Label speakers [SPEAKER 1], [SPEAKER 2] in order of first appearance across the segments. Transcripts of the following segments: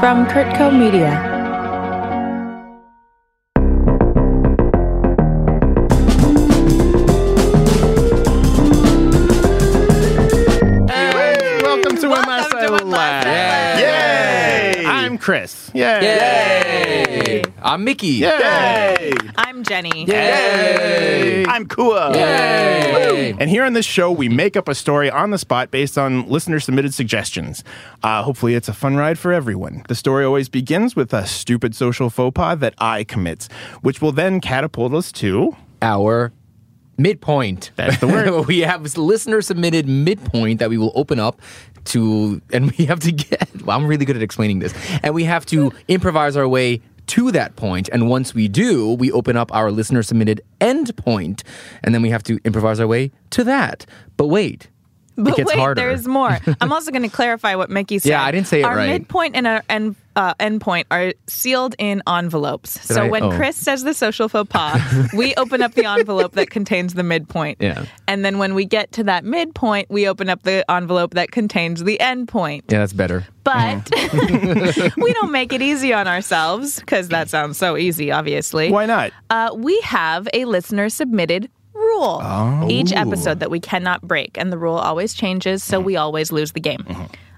[SPEAKER 1] From Kurtco Media.
[SPEAKER 2] And welcome to
[SPEAKER 3] Welcome to
[SPEAKER 2] MSO
[SPEAKER 3] MSO
[SPEAKER 2] Lab.
[SPEAKER 3] Lab.
[SPEAKER 2] Yay! I'm Chris. Yay!
[SPEAKER 3] Yay!
[SPEAKER 4] I'm Mickey.
[SPEAKER 2] Yay!
[SPEAKER 3] I'm Jenny.
[SPEAKER 2] Yay! I'm Kua.
[SPEAKER 4] Yay!
[SPEAKER 2] And here on this show, we make up a story on the spot based on listener submitted suggestions. Uh, hopefully, it's a fun ride for everyone. The story always begins with a stupid social faux pas that I commit, which will then catapult us to.
[SPEAKER 4] Our midpoint.
[SPEAKER 2] That's the word.
[SPEAKER 4] we have listener submitted midpoint that we will open up to, and we have to get. Well, I'm really good at explaining this, and we have to improvise our way to that point. And once we do, we open up our listener submitted end point, and then we have to improvise our way to that. But wait,
[SPEAKER 3] But
[SPEAKER 4] it gets
[SPEAKER 3] wait,
[SPEAKER 4] harder.
[SPEAKER 3] there's more. I'm also going to clarify what Mickey said.
[SPEAKER 4] Yeah, I didn't say it
[SPEAKER 3] our
[SPEAKER 4] right.
[SPEAKER 3] midpoint and our end, uh, end point are sealed in envelopes. so
[SPEAKER 4] I?
[SPEAKER 3] when
[SPEAKER 4] Oh.
[SPEAKER 3] Chris says the social faux pas, we open up the envelope that contains the midpoint.
[SPEAKER 4] Yeah.
[SPEAKER 3] And then when we get to that midpoint, we open up the envelope that contains the end point.
[SPEAKER 4] yeah, that's better.
[SPEAKER 3] But we don't make it easy on ourselves because that sounds so easy, obviously.
[SPEAKER 2] Why not?
[SPEAKER 3] uh, we have a listener submitted rule each episode that we cannot break, and the rule always changes, so we always lose the game.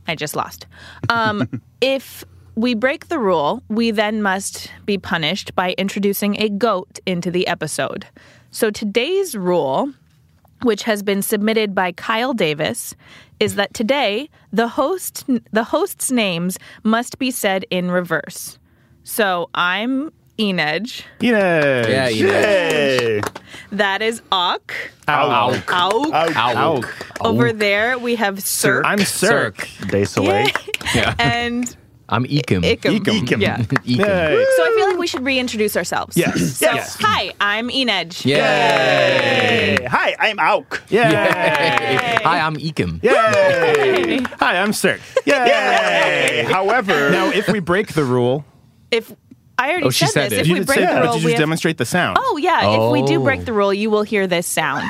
[SPEAKER 3] I just lost. Um, if we break the rule, we then must be punished by introducing a goat into the episode. So today's rule which has been submitted by Kyle Davis, is that today the host the hosts' names must be said in reverse. So I'm Enedge.
[SPEAKER 2] Enid.
[SPEAKER 4] Yeah, Enid.
[SPEAKER 2] Yay!
[SPEAKER 3] That is Auk.
[SPEAKER 2] Ow.
[SPEAKER 3] Auk.
[SPEAKER 4] Ow.
[SPEAKER 3] Over there we have Sirk.
[SPEAKER 2] I'm Cirque.
[SPEAKER 4] Cirque.
[SPEAKER 3] Yay.
[SPEAKER 4] Yeah.
[SPEAKER 3] and
[SPEAKER 4] I'm Ekim.
[SPEAKER 3] Ikum.
[SPEAKER 2] Ekum.
[SPEAKER 3] Yeah.
[SPEAKER 4] Ekim.
[SPEAKER 2] Yay!
[SPEAKER 3] So I feel like we should reintroduce ourselves.
[SPEAKER 2] Yes.
[SPEAKER 3] So
[SPEAKER 2] Yes.
[SPEAKER 3] hi, I'm Enedge.
[SPEAKER 4] Yay!
[SPEAKER 5] Hi, I'm Auk.
[SPEAKER 2] Yay!
[SPEAKER 4] Hi, I'm Ekim.
[SPEAKER 2] Yay! Hi, I'm Cirque. Yay!
[SPEAKER 5] However,
[SPEAKER 2] now, if we break the rule,
[SPEAKER 3] If I already
[SPEAKER 4] Oh, she said
[SPEAKER 3] said, this,
[SPEAKER 4] it.
[SPEAKER 3] if
[SPEAKER 2] you
[SPEAKER 3] we
[SPEAKER 2] did
[SPEAKER 3] break
[SPEAKER 2] say
[SPEAKER 3] the
[SPEAKER 2] that,
[SPEAKER 3] rule,
[SPEAKER 2] but did you
[SPEAKER 3] we
[SPEAKER 2] just
[SPEAKER 3] have
[SPEAKER 2] demonstrate the sound?
[SPEAKER 3] Oh yeah, if we do break
[SPEAKER 4] Oh.
[SPEAKER 3] the rule, you will hear this sound.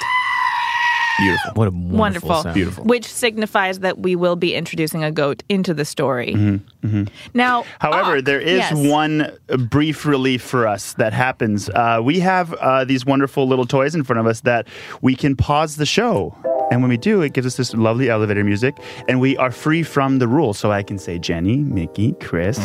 [SPEAKER 2] beautiful.
[SPEAKER 4] What a wonderful,
[SPEAKER 3] Wonderful.
[SPEAKER 4] sound.
[SPEAKER 2] Beautiful.
[SPEAKER 3] Which signifies that we will be introducing a goat into the story.
[SPEAKER 2] Mm-hmm.
[SPEAKER 3] Now,
[SPEAKER 5] however,
[SPEAKER 3] Ak-
[SPEAKER 5] there is
[SPEAKER 3] Ah, yes.
[SPEAKER 5] one brief relief for us that happens. Uh, we have uh, these wonderful little toys in front of us that we can pause the show. And when we do, it gives us this lovely elevator music, and we are free from the rule. So I can say Jenny, Mickey, Chris,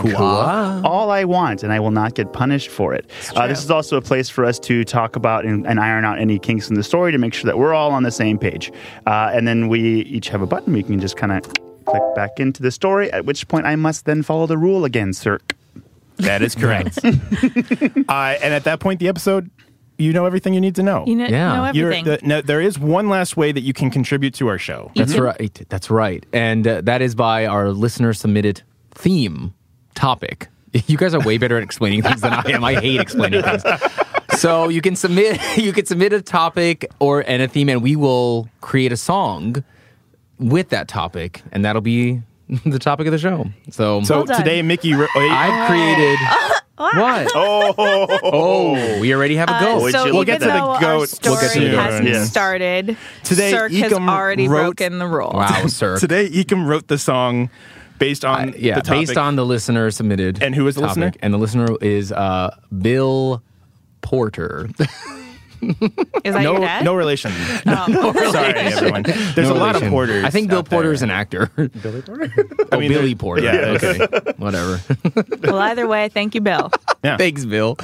[SPEAKER 4] Kua.
[SPEAKER 5] all I want, and I will not get punished for it. Uh, this is also a place for us to talk about and, and iron out any kinks in the story to make sure that we're all on the same page. Uh, and then we each have a button we can just kind of click back into the story, at which point I must then follow the rule again, sir.
[SPEAKER 2] That is correct. uh, and at that point, the episode, you know everything you need to know.
[SPEAKER 3] you know,
[SPEAKER 4] Yeah.
[SPEAKER 3] know
[SPEAKER 2] You're-
[SPEAKER 3] everything.
[SPEAKER 2] the- no, there is one last way that you can contribute to our show.
[SPEAKER 4] That's right. That's right. And uh, that is by our listener submitted theme topic. You guys are way better at explaining things than I am. I hate explaining things. So you can submit you can submit a topic or and a theme and we will create a song with that topic and that'll be the topic of the show. So,
[SPEAKER 2] So
[SPEAKER 3] Well done.
[SPEAKER 2] today, Mickey. Ro- oh, yeah,
[SPEAKER 4] I've created what? Oh, we already have a
[SPEAKER 3] Uh,
[SPEAKER 4] goat.
[SPEAKER 3] so
[SPEAKER 5] you
[SPEAKER 3] we'll
[SPEAKER 5] look
[SPEAKER 3] get
[SPEAKER 5] at that?
[SPEAKER 3] though
[SPEAKER 2] We'll
[SPEAKER 3] our
[SPEAKER 2] get to
[SPEAKER 3] story
[SPEAKER 2] the
[SPEAKER 4] goat
[SPEAKER 3] hasn't
[SPEAKER 5] soon.
[SPEAKER 3] started,
[SPEAKER 2] Today,
[SPEAKER 3] Cirque has
[SPEAKER 2] Ecom
[SPEAKER 3] already
[SPEAKER 2] wrote-
[SPEAKER 3] broken the rule.
[SPEAKER 4] wow, sir.
[SPEAKER 2] today, Ekim wrote the song based on
[SPEAKER 4] yeah,
[SPEAKER 2] the topic.
[SPEAKER 4] based on the listener submitted.
[SPEAKER 2] And who is the
[SPEAKER 4] topic.
[SPEAKER 2] listener?
[SPEAKER 4] And the listener is uh, Bill Porter.
[SPEAKER 3] Is that
[SPEAKER 2] no,
[SPEAKER 3] your dad?
[SPEAKER 2] no relation.
[SPEAKER 3] Oh.
[SPEAKER 2] Sorry, everyone. There's a lot of porters.
[SPEAKER 4] I think Bill
[SPEAKER 2] out there.
[SPEAKER 4] Porter is an actor. Billy Porter? oh,
[SPEAKER 2] mean,
[SPEAKER 4] Billy
[SPEAKER 2] there-
[SPEAKER 4] Porter.
[SPEAKER 2] yeah.
[SPEAKER 4] Okay. Whatever.
[SPEAKER 3] Well, either way, thank you, Bill.
[SPEAKER 2] Yeah.
[SPEAKER 4] Thanks, Bill.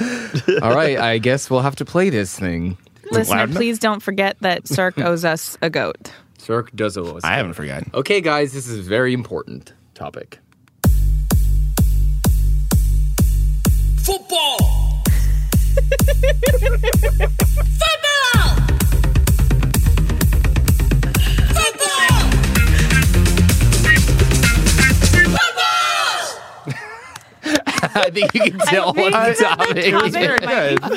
[SPEAKER 4] All right, I guess we'll have to play this thing.
[SPEAKER 3] Listener,
[SPEAKER 2] loud enough?
[SPEAKER 3] please don't forget that Cirque owes us a goat.
[SPEAKER 4] Cirque does always.
[SPEAKER 2] I haven't forgotten.
[SPEAKER 4] Okay, guys, this is a very important topic.
[SPEAKER 6] Football. Football. Football. Football.
[SPEAKER 4] I think you can tell
[SPEAKER 3] think
[SPEAKER 4] on the
[SPEAKER 3] that the
[SPEAKER 4] topic.
[SPEAKER 3] topic might be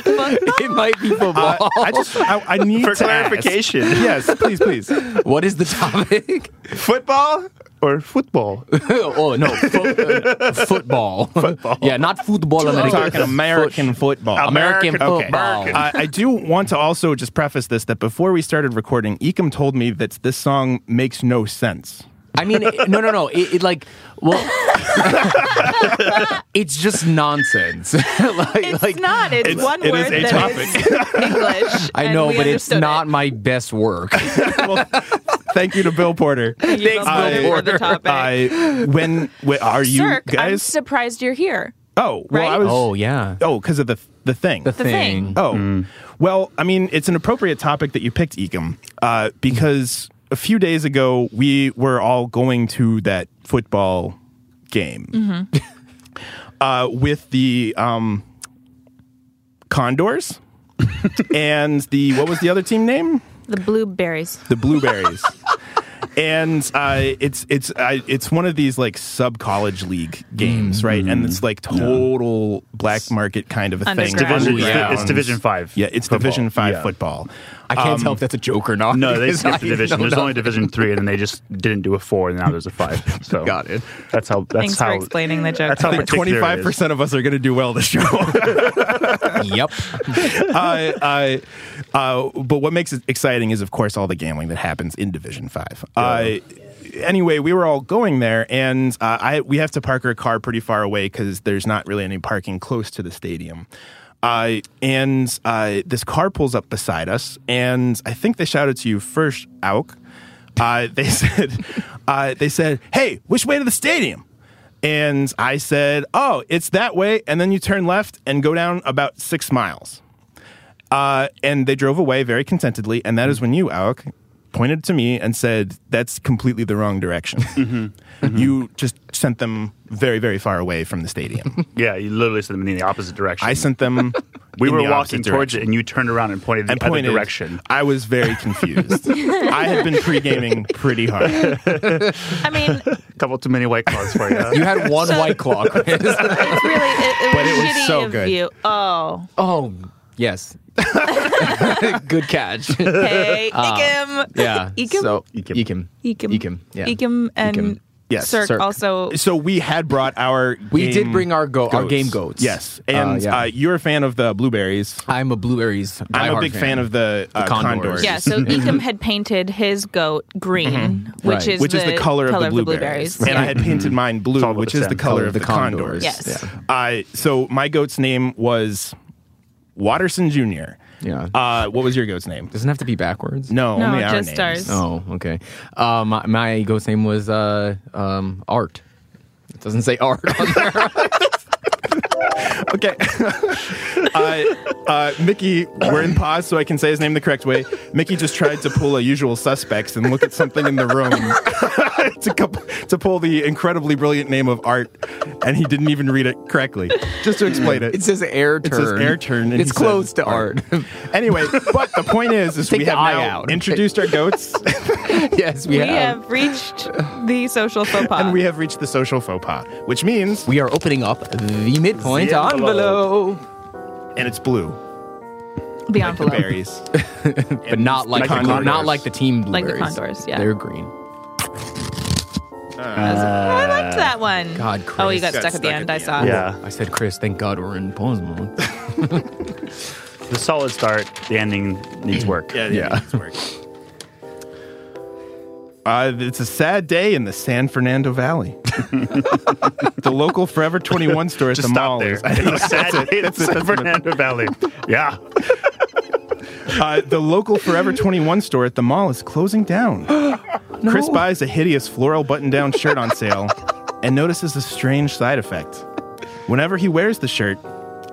[SPEAKER 3] football.
[SPEAKER 4] it might be football.
[SPEAKER 2] Uh, I just I, I need
[SPEAKER 5] For
[SPEAKER 2] to ask.
[SPEAKER 5] clarification.
[SPEAKER 2] yes, please, please.
[SPEAKER 4] what is the topic?
[SPEAKER 5] Football or football?
[SPEAKER 4] oh no, fo- uh, football. Football. yeah, not football.
[SPEAKER 2] We're
[SPEAKER 4] American.
[SPEAKER 2] talking American football.
[SPEAKER 4] American
[SPEAKER 5] American-
[SPEAKER 2] Okay.
[SPEAKER 4] football.
[SPEAKER 2] Uh, I do want to also just preface this that before we started recording, Ekim told me that this song makes no sense.
[SPEAKER 4] I mean, it- no, no, no. It, it like, well, it's just nonsense. like,
[SPEAKER 3] It's
[SPEAKER 4] like,
[SPEAKER 3] not. It's,
[SPEAKER 2] it's-
[SPEAKER 3] one
[SPEAKER 2] it is
[SPEAKER 3] word
[SPEAKER 2] a
[SPEAKER 3] that is English.
[SPEAKER 4] I
[SPEAKER 3] and
[SPEAKER 4] know,
[SPEAKER 3] we
[SPEAKER 4] but it's
[SPEAKER 3] understood it.
[SPEAKER 4] not my best work.
[SPEAKER 2] well, thank you to Bill Porter.
[SPEAKER 3] Thank you,
[SPEAKER 4] Thanks,
[SPEAKER 3] Bill
[SPEAKER 2] Bill
[SPEAKER 3] Porter, for the
[SPEAKER 4] Porter.
[SPEAKER 3] topic.
[SPEAKER 2] I when, when are you
[SPEAKER 3] Cirque, I'm
[SPEAKER 2] guys?
[SPEAKER 3] surprised you're here.
[SPEAKER 2] oh, well, I
[SPEAKER 3] right?
[SPEAKER 2] was.
[SPEAKER 4] Oh yeah,
[SPEAKER 2] Oh, because of the the thing.
[SPEAKER 4] the, thing.
[SPEAKER 3] thing.
[SPEAKER 2] oh, well, I mean, it's an appropriate topic that you picked, Ecom, uh, because a few days ago we were all going to that football game uh, with the um, Condors and the what was the other team name?
[SPEAKER 3] The blueberries.
[SPEAKER 2] the blueberries. and uh, it's it's I it's one of these like sub college league games, right? And it's like total black market kind of a thing.
[SPEAKER 3] Underground.
[SPEAKER 5] Division- it's
[SPEAKER 4] Underground.
[SPEAKER 5] it's Division Five.
[SPEAKER 2] Yeah, it's
[SPEAKER 5] football.
[SPEAKER 2] Division Five
[SPEAKER 5] Yeah.
[SPEAKER 2] football.
[SPEAKER 4] I can't tell if that's a joke or not.
[SPEAKER 5] No, they
[SPEAKER 4] because
[SPEAKER 5] skipped a
[SPEAKER 4] I
[SPEAKER 5] division.
[SPEAKER 4] know
[SPEAKER 5] There's only
[SPEAKER 4] nothing.
[SPEAKER 5] Division Three, and then they just didn't do a four, and now there's a five. So
[SPEAKER 4] Got it.
[SPEAKER 5] That's how. That's
[SPEAKER 3] Thanks
[SPEAKER 5] how.
[SPEAKER 3] for explaining the joke.
[SPEAKER 5] That's how
[SPEAKER 3] Alex.
[SPEAKER 5] particular
[SPEAKER 2] Twenty
[SPEAKER 5] it
[SPEAKER 2] five
[SPEAKER 5] is.
[SPEAKER 2] percent of us are going to do well this show.
[SPEAKER 4] Yep.
[SPEAKER 2] I, I, uh, but what makes it exciting is, of course, all the gambling that happens in Division Five. Uh, anyway, we were all going there, and uh, I we have to park our car pretty far away because there's not really any parking close to the stadium. Uh, and uh, this car pulls up beside us, and I think they shouted to you first, Auk. Uh, they said, uh, they said, "Hey, which way to the stadium?" And I said, "Oh, it's that way." And then you turn left and go down about six miles. Uh, and they drove away very contentedly. And that is when you, Alec, pointed to me and said, That's completely the wrong direction.
[SPEAKER 5] Mm-hmm.
[SPEAKER 2] You just sent them very, very far away from the stadium.
[SPEAKER 5] Yeah, you literally sent them in the opposite direction.
[SPEAKER 2] I sent them.
[SPEAKER 5] we
[SPEAKER 2] in
[SPEAKER 5] were
[SPEAKER 2] the
[SPEAKER 5] walking
[SPEAKER 2] opposite
[SPEAKER 5] towards it,
[SPEAKER 2] direction.
[SPEAKER 5] and you turned around and pointed the
[SPEAKER 2] and
[SPEAKER 5] other
[SPEAKER 2] pointed.
[SPEAKER 5] direction.
[SPEAKER 2] I was very confused. I had been pre gaming pretty hard.
[SPEAKER 3] I mean,
[SPEAKER 5] A couple too many white claws for
[SPEAKER 4] You
[SPEAKER 5] you.
[SPEAKER 4] had one white claw. Chris.
[SPEAKER 3] it's really it, it
[SPEAKER 2] But
[SPEAKER 3] was
[SPEAKER 2] it was
[SPEAKER 3] shitty
[SPEAKER 2] so
[SPEAKER 3] of
[SPEAKER 2] good.
[SPEAKER 3] you. Oh,
[SPEAKER 4] oh yes. Good catch.
[SPEAKER 3] hey, Ikim.
[SPEAKER 4] Yeah.
[SPEAKER 3] Ikim.
[SPEAKER 4] So
[SPEAKER 5] Ikim.
[SPEAKER 4] Ikim.
[SPEAKER 3] Ikim.
[SPEAKER 4] Yeah.
[SPEAKER 3] Ikim and
[SPEAKER 4] Ikim.
[SPEAKER 2] Yes,
[SPEAKER 3] Cirque
[SPEAKER 4] Cirque.
[SPEAKER 3] also.
[SPEAKER 2] So we had brought our.
[SPEAKER 4] We
[SPEAKER 2] game
[SPEAKER 4] did bring our go- our
[SPEAKER 2] goats.
[SPEAKER 4] game goats.
[SPEAKER 2] Yes.
[SPEAKER 4] Uh,
[SPEAKER 2] And uh,
[SPEAKER 4] yeah.
[SPEAKER 2] you're a fan of the blueberries.
[SPEAKER 4] I'm a blueberries.
[SPEAKER 2] I'm a
[SPEAKER 4] diehard
[SPEAKER 2] big fan, of the, uh,
[SPEAKER 4] Condors.
[SPEAKER 2] condors.
[SPEAKER 3] Yeah, so Ikim had painted his goat green, which
[SPEAKER 4] Right.
[SPEAKER 3] is
[SPEAKER 2] which is the color, of, the blueberries.
[SPEAKER 3] blueberries.
[SPEAKER 2] And I had painted mine
[SPEAKER 5] It's
[SPEAKER 2] blue,
[SPEAKER 5] all about
[SPEAKER 2] which
[SPEAKER 5] the
[SPEAKER 2] is the
[SPEAKER 5] same
[SPEAKER 2] color, of the condors.
[SPEAKER 3] Yes. Yeah.
[SPEAKER 2] Uh, so my goat's name was Watterson Jr.
[SPEAKER 4] Yeah.
[SPEAKER 2] Uh, what was your goat's name?
[SPEAKER 4] Doesn't have to be backwards.
[SPEAKER 2] No,
[SPEAKER 3] No,
[SPEAKER 2] only our
[SPEAKER 3] just
[SPEAKER 2] names.
[SPEAKER 3] ours.
[SPEAKER 4] Oh, okay. Uh, my, my ghost name was uh, um, Art. It doesn't say Art on there.
[SPEAKER 2] Okay. uh, uh, Mickey, we're in pause, so I can say his name the correct way. Mickey just tried to pull a usual suspects and look at something in the room to, cup- to pull the incredibly brilliant name of Art, and he didn't even read it correctly. Just to explain it.
[SPEAKER 4] it says Air Turn.
[SPEAKER 2] It says air turn. and
[SPEAKER 4] it's
[SPEAKER 2] he said
[SPEAKER 4] close to Art.
[SPEAKER 2] Anyway, but the point is, is
[SPEAKER 4] Take
[SPEAKER 2] we
[SPEAKER 4] the
[SPEAKER 2] have
[SPEAKER 4] eye
[SPEAKER 2] now
[SPEAKER 4] out.
[SPEAKER 2] introduced our goats,
[SPEAKER 4] yes, we,
[SPEAKER 3] We
[SPEAKER 4] have.
[SPEAKER 3] have reached the social faux pas.
[SPEAKER 2] and we have reached the social faux pas, which means,
[SPEAKER 4] We are opening up the midpoint
[SPEAKER 5] The
[SPEAKER 4] envelope,
[SPEAKER 2] and it's blue,
[SPEAKER 3] the
[SPEAKER 2] like the
[SPEAKER 3] envelope.
[SPEAKER 2] berries,
[SPEAKER 4] but not like,
[SPEAKER 5] Like
[SPEAKER 4] the,
[SPEAKER 5] the
[SPEAKER 4] not
[SPEAKER 5] condors.
[SPEAKER 4] like the team
[SPEAKER 3] Like the
[SPEAKER 4] blueberries.
[SPEAKER 3] condors, yeah.
[SPEAKER 4] they're green.
[SPEAKER 3] I liked that one.
[SPEAKER 4] God,
[SPEAKER 3] Oh, you
[SPEAKER 4] Chris.
[SPEAKER 3] got, stuck at the end. I saw.
[SPEAKER 2] Uh.
[SPEAKER 5] Yeah,
[SPEAKER 4] I said, Chris, thank God we're in Posmo.
[SPEAKER 5] the solid start. The ending needs work.
[SPEAKER 2] Yeah, yeah. it's work. Uh, it's a sad day in the San Fernando Valley. the local Forever 21 store at
[SPEAKER 5] Just
[SPEAKER 2] the
[SPEAKER 5] stop
[SPEAKER 2] mall
[SPEAKER 5] there.
[SPEAKER 2] is-
[SPEAKER 5] It's a sad day in San Fernando Valley. Yeah.
[SPEAKER 2] Uh, the local Forever 21 store at the mall is closing down. Chris buys a hideous floral button down shirt on sale and notices a strange side effect. Whenever he wears the shirt,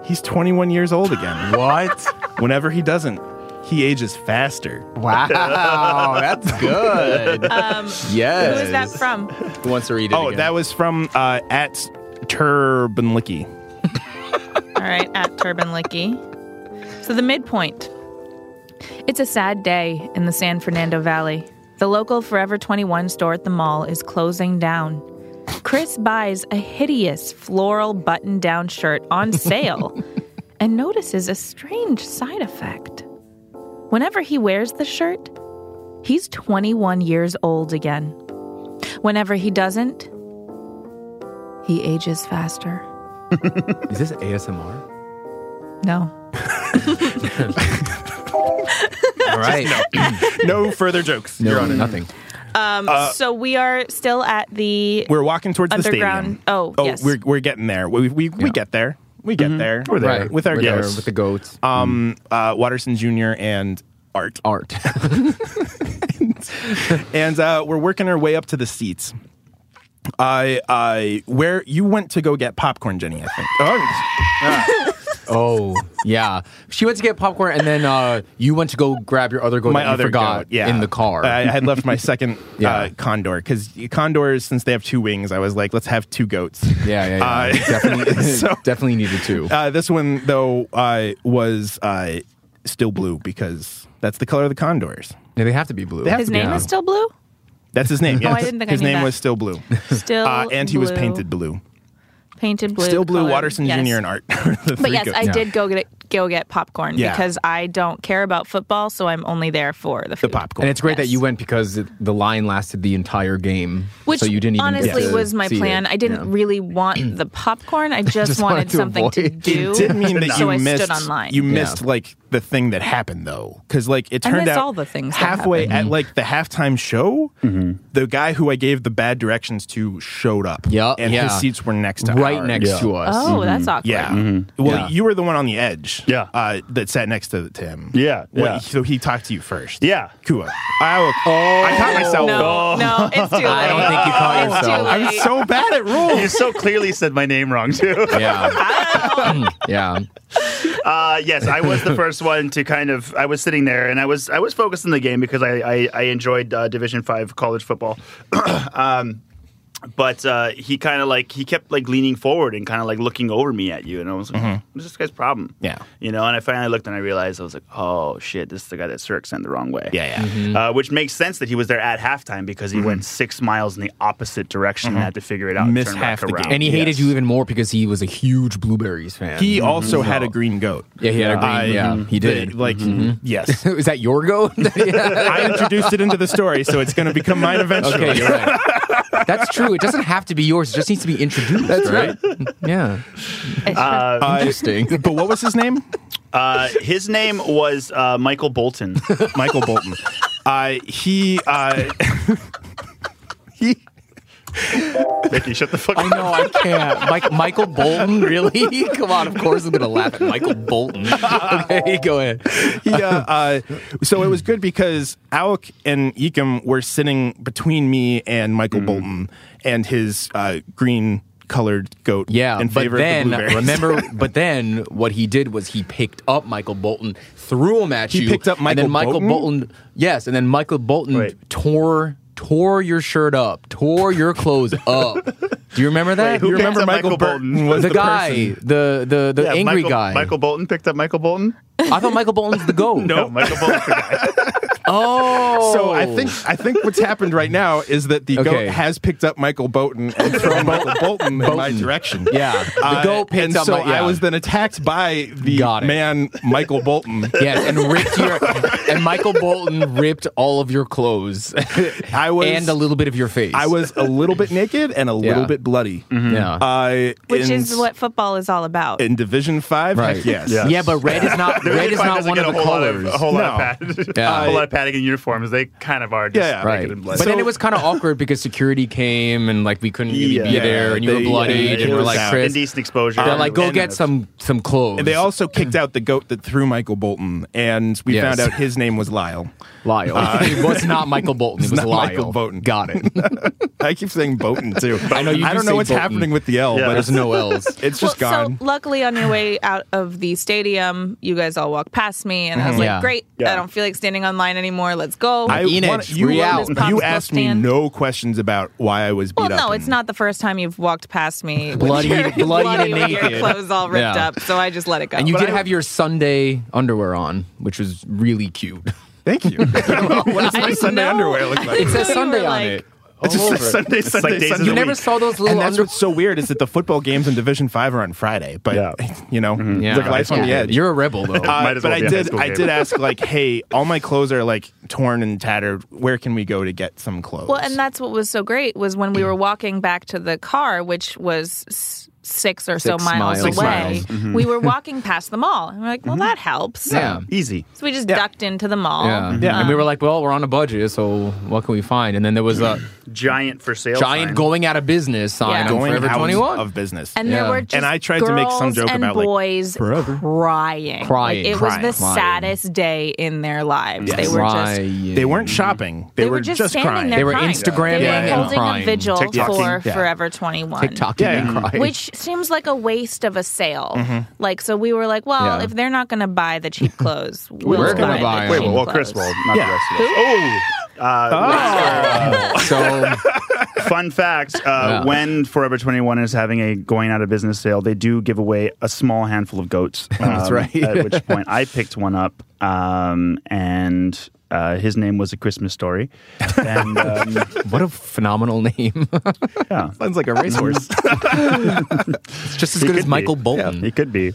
[SPEAKER 2] he's 21 years old again.
[SPEAKER 4] What? Oh
[SPEAKER 2] Whenever he doesn't, he ages faster.
[SPEAKER 4] Wow, that's good.
[SPEAKER 3] Um,
[SPEAKER 4] yes.
[SPEAKER 3] Who is that from?
[SPEAKER 4] Who wants to read it?
[SPEAKER 2] Oh,
[SPEAKER 4] again?
[SPEAKER 2] that was from uh, at Turbanlicky.
[SPEAKER 3] All right, at Turban Licky. So the midpoint. It's a sad day in the San Fernando Valley. The local Forever 21 store at the mall is closing down. Chris buys a hideous floral button down shirt on sale and notices a strange side effect. Whenever he wears the shirt, he's 21 years old again. Whenever he doesn't, he ages faster.
[SPEAKER 4] Is this ASMR?
[SPEAKER 3] No.
[SPEAKER 4] All right.
[SPEAKER 2] No further jokes.
[SPEAKER 4] No,
[SPEAKER 2] You're on it.
[SPEAKER 4] nothing.
[SPEAKER 3] Um, so we are still at the.
[SPEAKER 2] Uh, We're walking towards the
[SPEAKER 3] Underground-
[SPEAKER 2] stadium.
[SPEAKER 3] oh, yes.
[SPEAKER 2] we're we're getting there. We we, we
[SPEAKER 4] Yeah.
[SPEAKER 2] get there. We get there.
[SPEAKER 5] We're there.
[SPEAKER 4] Right.
[SPEAKER 2] with our
[SPEAKER 4] We're there
[SPEAKER 2] gifts.
[SPEAKER 4] with the goats.
[SPEAKER 2] Um, uh, Watterson Jr. and Art,
[SPEAKER 4] Art.
[SPEAKER 2] and uh, we're working our way up to the seats. I I where you went to go get popcorn, Jenny. I think. Oh,
[SPEAKER 4] oh, yeah. She went to get popcorn, and then uh, you went to go grab your other goat
[SPEAKER 2] Oh, my
[SPEAKER 4] that you
[SPEAKER 2] other
[SPEAKER 4] forgot
[SPEAKER 2] goat, yeah.
[SPEAKER 4] in the car.
[SPEAKER 2] I, I had left my second uh,
[SPEAKER 4] Yeah.
[SPEAKER 2] condor because condors, since they have two wings, I was like, let's have two goats.
[SPEAKER 4] yeah, yeah, yeah.
[SPEAKER 2] Uh,
[SPEAKER 4] definitely,
[SPEAKER 2] so-
[SPEAKER 4] definitely needed to.
[SPEAKER 2] Uh, this one though uh, was uh, still blue because that's the color of the condors.
[SPEAKER 4] Yeah, they have to be blue.
[SPEAKER 2] They have
[SPEAKER 3] His
[SPEAKER 2] to be
[SPEAKER 3] name
[SPEAKER 4] Yeah.
[SPEAKER 3] is still blue.
[SPEAKER 2] That's his name. Yes.
[SPEAKER 3] Oh, I didn't think I
[SPEAKER 2] his
[SPEAKER 3] knew
[SPEAKER 2] name
[SPEAKER 3] that.
[SPEAKER 2] was still blue.
[SPEAKER 3] Still
[SPEAKER 2] Uh, and he was
[SPEAKER 3] blue.
[SPEAKER 2] painted blue.
[SPEAKER 3] Painted blue.
[SPEAKER 2] Still blue.
[SPEAKER 3] colored.
[SPEAKER 2] Watterson
[SPEAKER 3] Yes.
[SPEAKER 2] Jr. and Art. are the
[SPEAKER 3] But
[SPEAKER 2] three
[SPEAKER 3] yes,
[SPEAKER 2] goats.
[SPEAKER 3] I
[SPEAKER 4] Yeah.
[SPEAKER 3] did go get go get popcorn
[SPEAKER 2] Yeah.
[SPEAKER 3] because I don't care about football, so I'm only there for the food.
[SPEAKER 2] popcorn.
[SPEAKER 4] And it's great that
[SPEAKER 3] Yes.
[SPEAKER 4] you went because it, the line lasted the entire game,
[SPEAKER 3] Which
[SPEAKER 4] so you didn't even get
[SPEAKER 3] honestly
[SPEAKER 4] to
[SPEAKER 3] was my
[SPEAKER 4] see
[SPEAKER 3] plan.
[SPEAKER 4] it.
[SPEAKER 3] I didn't
[SPEAKER 4] Yeah.
[SPEAKER 3] really want the popcorn. I just,
[SPEAKER 4] Just wanted
[SPEAKER 3] wanted
[SPEAKER 4] to
[SPEAKER 3] something to
[SPEAKER 4] avoid-
[SPEAKER 3] do.
[SPEAKER 2] it did mean that
[SPEAKER 3] so
[SPEAKER 2] you
[SPEAKER 3] I
[SPEAKER 2] missed
[SPEAKER 3] stood online.
[SPEAKER 2] you missed
[SPEAKER 4] Yeah.
[SPEAKER 2] like the thing that happened though because like it
[SPEAKER 3] I
[SPEAKER 2] turned
[SPEAKER 3] missed
[SPEAKER 2] out
[SPEAKER 3] all the things that
[SPEAKER 2] halfway at
[SPEAKER 3] happened.
[SPEAKER 2] like the halftime show
[SPEAKER 4] Mm-hmm.
[SPEAKER 2] the guy who i gave the bad directions to showed up
[SPEAKER 4] Yeah,
[SPEAKER 2] and his
[SPEAKER 4] yeah.
[SPEAKER 2] seats were next to
[SPEAKER 4] right
[SPEAKER 2] ours.
[SPEAKER 4] next
[SPEAKER 5] Yeah.
[SPEAKER 4] to us.
[SPEAKER 3] oh, that's awkward.
[SPEAKER 2] yeah well
[SPEAKER 4] Mm-hmm. Yeah.
[SPEAKER 2] you were the one on the edge
[SPEAKER 5] Yeah.
[SPEAKER 2] uh, that sat next to, to him
[SPEAKER 5] Yeah,
[SPEAKER 2] When-
[SPEAKER 5] yeah.
[SPEAKER 2] so he talked to you first
[SPEAKER 5] Yeah. Oh,
[SPEAKER 2] Kua. I, will-
[SPEAKER 4] Oh,
[SPEAKER 2] I caught myself
[SPEAKER 3] No, no, it's too late.
[SPEAKER 4] I don't think you caught
[SPEAKER 3] It's too
[SPEAKER 4] yourself.
[SPEAKER 3] late.
[SPEAKER 2] i'm so bad at rules
[SPEAKER 5] You so clearly said my name wrong too.
[SPEAKER 3] Oh.
[SPEAKER 4] Yeah, Mm, yeah.
[SPEAKER 5] Uh, yes, I was the first one to kind of. I was sitting there, and I was I was focused on the game because I I, I enjoyed uh, Division Five college football. um, but uh, he kind of like he kept like leaning forward and kind of like looking over me at you, and I was like, "What's this guy's problem?"
[SPEAKER 2] Mm-hmm. Yeah.
[SPEAKER 5] you know. And I finally looked, and I realized I was like, "Oh shit, this is the guy that Cirque sent the wrong way."
[SPEAKER 2] yeah Mm-hmm. yeah
[SPEAKER 4] Mm-hmm.
[SPEAKER 5] Uh, which makes sense that he was there at halftime because he went six miles in the opposite direction and had to figure it out. and
[SPEAKER 2] Mm-hmm. Missed
[SPEAKER 5] turn back
[SPEAKER 2] half the
[SPEAKER 5] around.
[SPEAKER 2] game.
[SPEAKER 4] And he hated
[SPEAKER 5] Yes.
[SPEAKER 4] you even more because he was a huge blueberries fan.
[SPEAKER 2] He also had a green goat.
[SPEAKER 4] Mm-hmm. Yeah, he had a green- yeah, he
[SPEAKER 2] the-
[SPEAKER 4] did. Mm-hmm.
[SPEAKER 2] like, yes.
[SPEAKER 4] was that your goat? Yeah.
[SPEAKER 2] I introduced it into the story, so it's going to become mine eventually.
[SPEAKER 4] Okay, you're right. That's true. It doesn't have to be yours. It just needs to be introduced. That's right. Mm, Yeah. Interesting.
[SPEAKER 2] But what was his name?
[SPEAKER 5] Uh, his name was uh, Michael Bolton.
[SPEAKER 2] Michael Bolton. Uh, he uh, he
[SPEAKER 5] Mickey, shut the fuck
[SPEAKER 4] I
[SPEAKER 5] up.
[SPEAKER 4] know I can't. Mike, Michael Bolton, really? Come on. Of course, I'm gonna laugh at Michael Bolton. Okay, go ahead.
[SPEAKER 2] he. Uh, uh, so it was good because Alec and Ekim were sitting between me and Michael
[SPEAKER 4] Mm-hmm.
[SPEAKER 2] Bolton and his uh, green colored goat.
[SPEAKER 4] Yeah,
[SPEAKER 2] in favor
[SPEAKER 4] but then
[SPEAKER 2] of the blueberries.
[SPEAKER 4] remember, but then what he did was he picked up Michael Bolton, threw him at
[SPEAKER 2] He
[SPEAKER 4] you.
[SPEAKER 2] picked up
[SPEAKER 4] and then
[SPEAKER 2] Michael
[SPEAKER 4] Michael
[SPEAKER 2] Bolton?
[SPEAKER 4] Bolton? Yes, and then Michael Bolton
[SPEAKER 5] Wait.
[SPEAKER 4] tore tore your shirt up, tore your clothes up. Do you remember that?
[SPEAKER 5] Wait, who
[SPEAKER 4] You
[SPEAKER 5] picked
[SPEAKER 4] remember
[SPEAKER 5] up
[SPEAKER 2] Michael
[SPEAKER 5] Michael
[SPEAKER 2] Bolton
[SPEAKER 5] Bolton?
[SPEAKER 2] was
[SPEAKER 4] the,
[SPEAKER 2] the,
[SPEAKER 4] guy,
[SPEAKER 2] person.
[SPEAKER 4] the the the
[SPEAKER 5] Yeah,
[SPEAKER 4] angry
[SPEAKER 5] Michael,
[SPEAKER 4] guy.
[SPEAKER 5] Michael Bolton picked up Michael Bolton.
[SPEAKER 4] I thought Michael Bolton's the goat.
[SPEAKER 5] No, Michael Bolton's the guy.
[SPEAKER 4] Oh,
[SPEAKER 2] So I think I think what's happened right now is that the
[SPEAKER 4] Okay.
[SPEAKER 2] goat has picked up Michael Bolton and thrown Michael Bolton, in my
[SPEAKER 4] Bolton.
[SPEAKER 2] direction.
[SPEAKER 4] yeah, the
[SPEAKER 2] Uh,
[SPEAKER 4] goat picked
[SPEAKER 2] and
[SPEAKER 4] up.
[SPEAKER 2] so
[SPEAKER 4] my, yeah.
[SPEAKER 2] I was then attacked by the
[SPEAKER 4] Got it.
[SPEAKER 2] man Michael Bolton.
[SPEAKER 4] Yes, and ripped your and Michael Bolton ripped all of your clothes
[SPEAKER 2] I was
[SPEAKER 4] and a little bit of your face.
[SPEAKER 2] I was uh, a little bit naked and a little
[SPEAKER 4] Yeah. Mm-hmm.
[SPEAKER 2] bit bloody.
[SPEAKER 4] yeah.
[SPEAKER 2] I
[SPEAKER 3] Which
[SPEAKER 2] in,
[SPEAKER 3] is what football is all about.
[SPEAKER 2] in Division Five.
[SPEAKER 4] Right.
[SPEAKER 2] heck Yes.
[SPEAKER 5] Yeah.
[SPEAKER 4] Yeah, but red is not red is
[SPEAKER 5] Five
[SPEAKER 4] not
[SPEAKER 5] doesn't
[SPEAKER 4] one
[SPEAKER 5] get
[SPEAKER 4] of
[SPEAKER 5] a
[SPEAKER 4] the
[SPEAKER 5] whole
[SPEAKER 4] colors.
[SPEAKER 5] Lot of, a whole lot
[SPEAKER 2] No.
[SPEAKER 5] of padding.
[SPEAKER 4] Yeah.
[SPEAKER 5] a whole lot of padding in uniforms. They kind of are just
[SPEAKER 2] Yeah.
[SPEAKER 5] naked
[SPEAKER 4] Right,
[SPEAKER 5] and
[SPEAKER 4] but
[SPEAKER 5] bloody.
[SPEAKER 4] then
[SPEAKER 2] So-
[SPEAKER 4] it was kind of awkward because security came and like we couldn't really be
[SPEAKER 5] Yeah.
[SPEAKER 4] there, and you
[SPEAKER 2] They-
[SPEAKER 4] were bloodied,
[SPEAKER 2] yeah,
[SPEAKER 4] and
[SPEAKER 2] it
[SPEAKER 4] we're
[SPEAKER 2] was
[SPEAKER 4] like,
[SPEAKER 2] out.
[SPEAKER 4] Chris,
[SPEAKER 5] indecent exposure.
[SPEAKER 4] they're like, go
[SPEAKER 5] And-
[SPEAKER 4] get some some clothes.
[SPEAKER 2] And they also kicked out the goat that threw Michael Bolton, and we
[SPEAKER 4] Yes.
[SPEAKER 2] found out his name was Lyle.
[SPEAKER 4] Lyle. it was not Michael Bolton. It was
[SPEAKER 2] Uh, not
[SPEAKER 4] Lyle.
[SPEAKER 2] Michael Bolton.
[SPEAKER 4] Got it.
[SPEAKER 2] I keep saying Bolton too.
[SPEAKER 4] I know you
[SPEAKER 2] I
[SPEAKER 4] do
[SPEAKER 2] don't know
[SPEAKER 4] say
[SPEAKER 2] what's
[SPEAKER 4] Bolton.
[SPEAKER 2] happening with the L,
[SPEAKER 5] Yeah.
[SPEAKER 2] but
[SPEAKER 4] There's
[SPEAKER 2] it's,
[SPEAKER 4] no L's.
[SPEAKER 2] it's just
[SPEAKER 3] well,
[SPEAKER 2] gone.
[SPEAKER 3] So luckily, on your way out of the stadium, you guys all walked past me, and I was like,
[SPEAKER 4] Mm-hmm. Yeah.
[SPEAKER 3] "Great!
[SPEAKER 5] Yeah.
[SPEAKER 3] I don't feel like standing on line anymore. Let's go."
[SPEAKER 2] I
[SPEAKER 4] Enid,
[SPEAKER 2] wanna- you,
[SPEAKER 4] we out.
[SPEAKER 2] you asked me
[SPEAKER 3] Stand.
[SPEAKER 2] no questions about why I was beat
[SPEAKER 3] well,
[SPEAKER 2] up.
[SPEAKER 3] no,
[SPEAKER 2] and-
[SPEAKER 3] it's not the first time you've walked past me, with
[SPEAKER 4] Bloody-
[SPEAKER 3] your,
[SPEAKER 4] bloody and
[SPEAKER 3] with your
[SPEAKER 4] naked.
[SPEAKER 3] clothes all ripped
[SPEAKER 4] Yeah.
[SPEAKER 3] up. So I just let it go.
[SPEAKER 4] And you
[SPEAKER 5] But
[SPEAKER 4] did
[SPEAKER 5] I-
[SPEAKER 4] have your Sunday underwear on, which was really cute.
[SPEAKER 2] Thank you. what does
[SPEAKER 3] I
[SPEAKER 2] my
[SPEAKER 3] didn't
[SPEAKER 2] Sunday
[SPEAKER 3] know.
[SPEAKER 2] underwear look like?
[SPEAKER 4] It
[SPEAKER 3] So you were
[SPEAKER 4] says Sunday on
[SPEAKER 3] like-
[SPEAKER 4] it.
[SPEAKER 2] It's just
[SPEAKER 4] all
[SPEAKER 2] like
[SPEAKER 4] over it.
[SPEAKER 2] Sunday,
[SPEAKER 5] like
[SPEAKER 2] Sunday,
[SPEAKER 5] days of
[SPEAKER 2] Sunday.
[SPEAKER 5] the
[SPEAKER 4] You
[SPEAKER 5] week.
[SPEAKER 4] never saw those little
[SPEAKER 2] and that's
[SPEAKER 4] under-
[SPEAKER 2] what's so weird is that the football games in Division Five are on Friday, but
[SPEAKER 5] Yeah.
[SPEAKER 2] you know, live
[SPEAKER 4] Mm-hmm. Yeah.
[SPEAKER 2] life on the
[SPEAKER 4] Yeah.
[SPEAKER 2] edge.
[SPEAKER 4] You're a rebel though.
[SPEAKER 2] Uh,
[SPEAKER 5] Might as
[SPEAKER 2] but
[SPEAKER 5] well
[SPEAKER 2] I
[SPEAKER 5] be a high
[SPEAKER 2] did,
[SPEAKER 5] school
[SPEAKER 2] I
[SPEAKER 5] game.
[SPEAKER 2] did ask like, hey, all my clothes are like torn and tattered. Where can we go to get some clothes?
[SPEAKER 4] Mm.
[SPEAKER 3] Well, and that's what was so great was when we were walking back to the car, which was s- six or
[SPEAKER 4] Six
[SPEAKER 3] so miles,
[SPEAKER 4] miles. Mm-hmm.
[SPEAKER 2] Six
[SPEAKER 3] away,
[SPEAKER 2] miles.
[SPEAKER 3] we were walking past the mall. And we're like, well, that helps.
[SPEAKER 4] Yeah.
[SPEAKER 5] Easy.
[SPEAKER 3] So we just
[SPEAKER 2] Yeah.
[SPEAKER 3] ducked into the mall.
[SPEAKER 4] Yeah.
[SPEAKER 2] Yeah.
[SPEAKER 4] And we were like, well, we're on a budget, so what can we find? And then there was a
[SPEAKER 5] Giant for sale.
[SPEAKER 4] giant
[SPEAKER 5] sign.
[SPEAKER 4] going out of business sign
[SPEAKER 3] Yeah.
[SPEAKER 4] on
[SPEAKER 2] Going
[SPEAKER 4] Forever
[SPEAKER 2] out
[SPEAKER 4] 21.
[SPEAKER 2] of business.
[SPEAKER 3] And
[SPEAKER 4] Yeah.
[SPEAKER 3] there were
[SPEAKER 4] And
[SPEAKER 3] just
[SPEAKER 2] I tried to make some
[SPEAKER 3] girls
[SPEAKER 2] joke
[SPEAKER 3] and
[SPEAKER 2] about, like,
[SPEAKER 3] boys
[SPEAKER 2] forever.
[SPEAKER 3] crying.
[SPEAKER 4] Crying,
[SPEAKER 3] Like, it
[SPEAKER 4] crying,
[SPEAKER 3] was the
[SPEAKER 4] crying.
[SPEAKER 3] saddest day in their lives. They were just
[SPEAKER 2] They weren't shopping. They,
[SPEAKER 3] they were just, standing
[SPEAKER 2] crying.
[SPEAKER 3] there
[SPEAKER 4] They were
[SPEAKER 3] crying.
[SPEAKER 4] Instagramming
[SPEAKER 3] they were
[SPEAKER 2] and
[SPEAKER 3] holding
[SPEAKER 4] crying.
[SPEAKER 3] a vigil
[SPEAKER 5] TikToking.
[SPEAKER 3] for
[SPEAKER 2] Yeah.
[SPEAKER 3] Forever 21.
[SPEAKER 4] TikTok
[SPEAKER 2] Yeah.
[SPEAKER 4] and crying.
[SPEAKER 3] Which seems like a waste of a sale.
[SPEAKER 2] Mm-hmm.
[SPEAKER 3] Like, so we were like, well,
[SPEAKER 4] Yeah.
[SPEAKER 3] if they're not going to buy the cheap clothes, we'll
[SPEAKER 4] We're
[SPEAKER 3] going
[SPEAKER 4] gonna
[SPEAKER 3] to
[SPEAKER 4] buy 'em.
[SPEAKER 5] Wait,
[SPEAKER 4] Wait,
[SPEAKER 5] well,
[SPEAKER 4] well,
[SPEAKER 5] well Chris Wald, not
[SPEAKER 2] Yeah.
[SPEAKER 5] the rest of us. Oh,
[SPEAKER 4] so
[SPEAKER 5] fun fact uh,
[SPEAKER 4] Yeah.
[SPEAKER 5] when Forever 21 is having a going out of business sale, they do give away a small handful of goats. That's
[SPEAKER 4] right.
[SPEAKER 5] at which point I picked one up, um, and uh, his name was A Christmas Story. And um,
[SPEAKER 4] what a phenomenal name.
[SPEAKER 5] yeah,
[SPEAKER 2] Sounds like a racehorse.
[SPEAKER 4] it's just as
[SPEAKER 5] He
[SPEAKER 4] good as
[SPEAKER 5] could be.
[SPEAKER 4] Michael
[SPEAKER 5] Yeah,
[SPEAKER 4] Bolton.
[SPEAKER 5] he could be.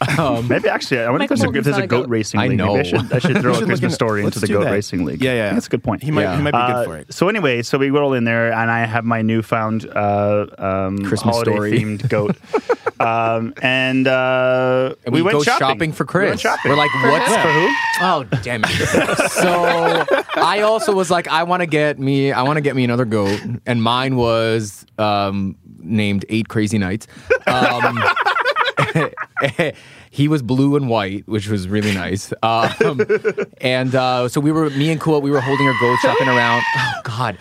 [SPEAKER 5] Maybe actually, I wonder if
[SPEAKER 3] Michael
[SPEAKER 5] there's, a,
[SPEAKER 3] Bolton's
[SPEAKER 5] if there's
[SPEAKER 3] not
[SPEAKER 5] a
[SPEAKER 3] a
[SPEAKER 5] goat
[SPEAKER 3] goat.
[SPEAKER 5] racing
[SPEAKER 4] I
[SPEAKER 5] league. Maybe
[SPEAKER 4] know.
[SPEAKER 5] I should, I
[SPEAKER 2] We
[SPEAKER 5] should throw a
[SPEAKER 2] should look
[SPEAKER 5] Christmas
[SPEAKER 2] into-
[SPEAKER 5] story
[SPEAKER 2] let's
[SPEAKER 5] into the
[SPEAKER 2] do
[SPEAKER 5] goat
[SPEAKER 2] that.
[SPEAKER 5] racing league.
[SPEAKER 2] Yeah, yeah.
[SPEAKER 5] that's a good point.
[SPEAKER 2] He might,
[SPEAKER 4] Yeah.
[SPEAKER 2] he might be
[SPEAKER 5] Uh,
[SPEAKER 2] good for it.
[SPEAKER 5] So anyway, so we roll in there, and I have my newfound uh, um,
[SPEAKER 4] Christmas
[SPEAKER 5] holiday
[SPEAKER 4] story.
[SPEAKER 5] themed goat, um, and, uh,
[SPEAKER 4] And we,
[SPEAKER 5] went
[SPEAKER 4] go
[SPEAKER 5] shopping.
[SPEAKER 4] for Chris.
[SPEAKER 5] We went shopping.
[SPEAKER 4] are like, what's
[SPEAKER 5] For who?
[SPEAKER 4] Oh damn it! so I also was like, I want to get me, I want to get me another goat, and mine was um, named Eight Crazy Nights. Um, he was blue and white, which was really nice. Um, and uh, so we were, me and Kua, we were holding our goat shopping around. Oh God.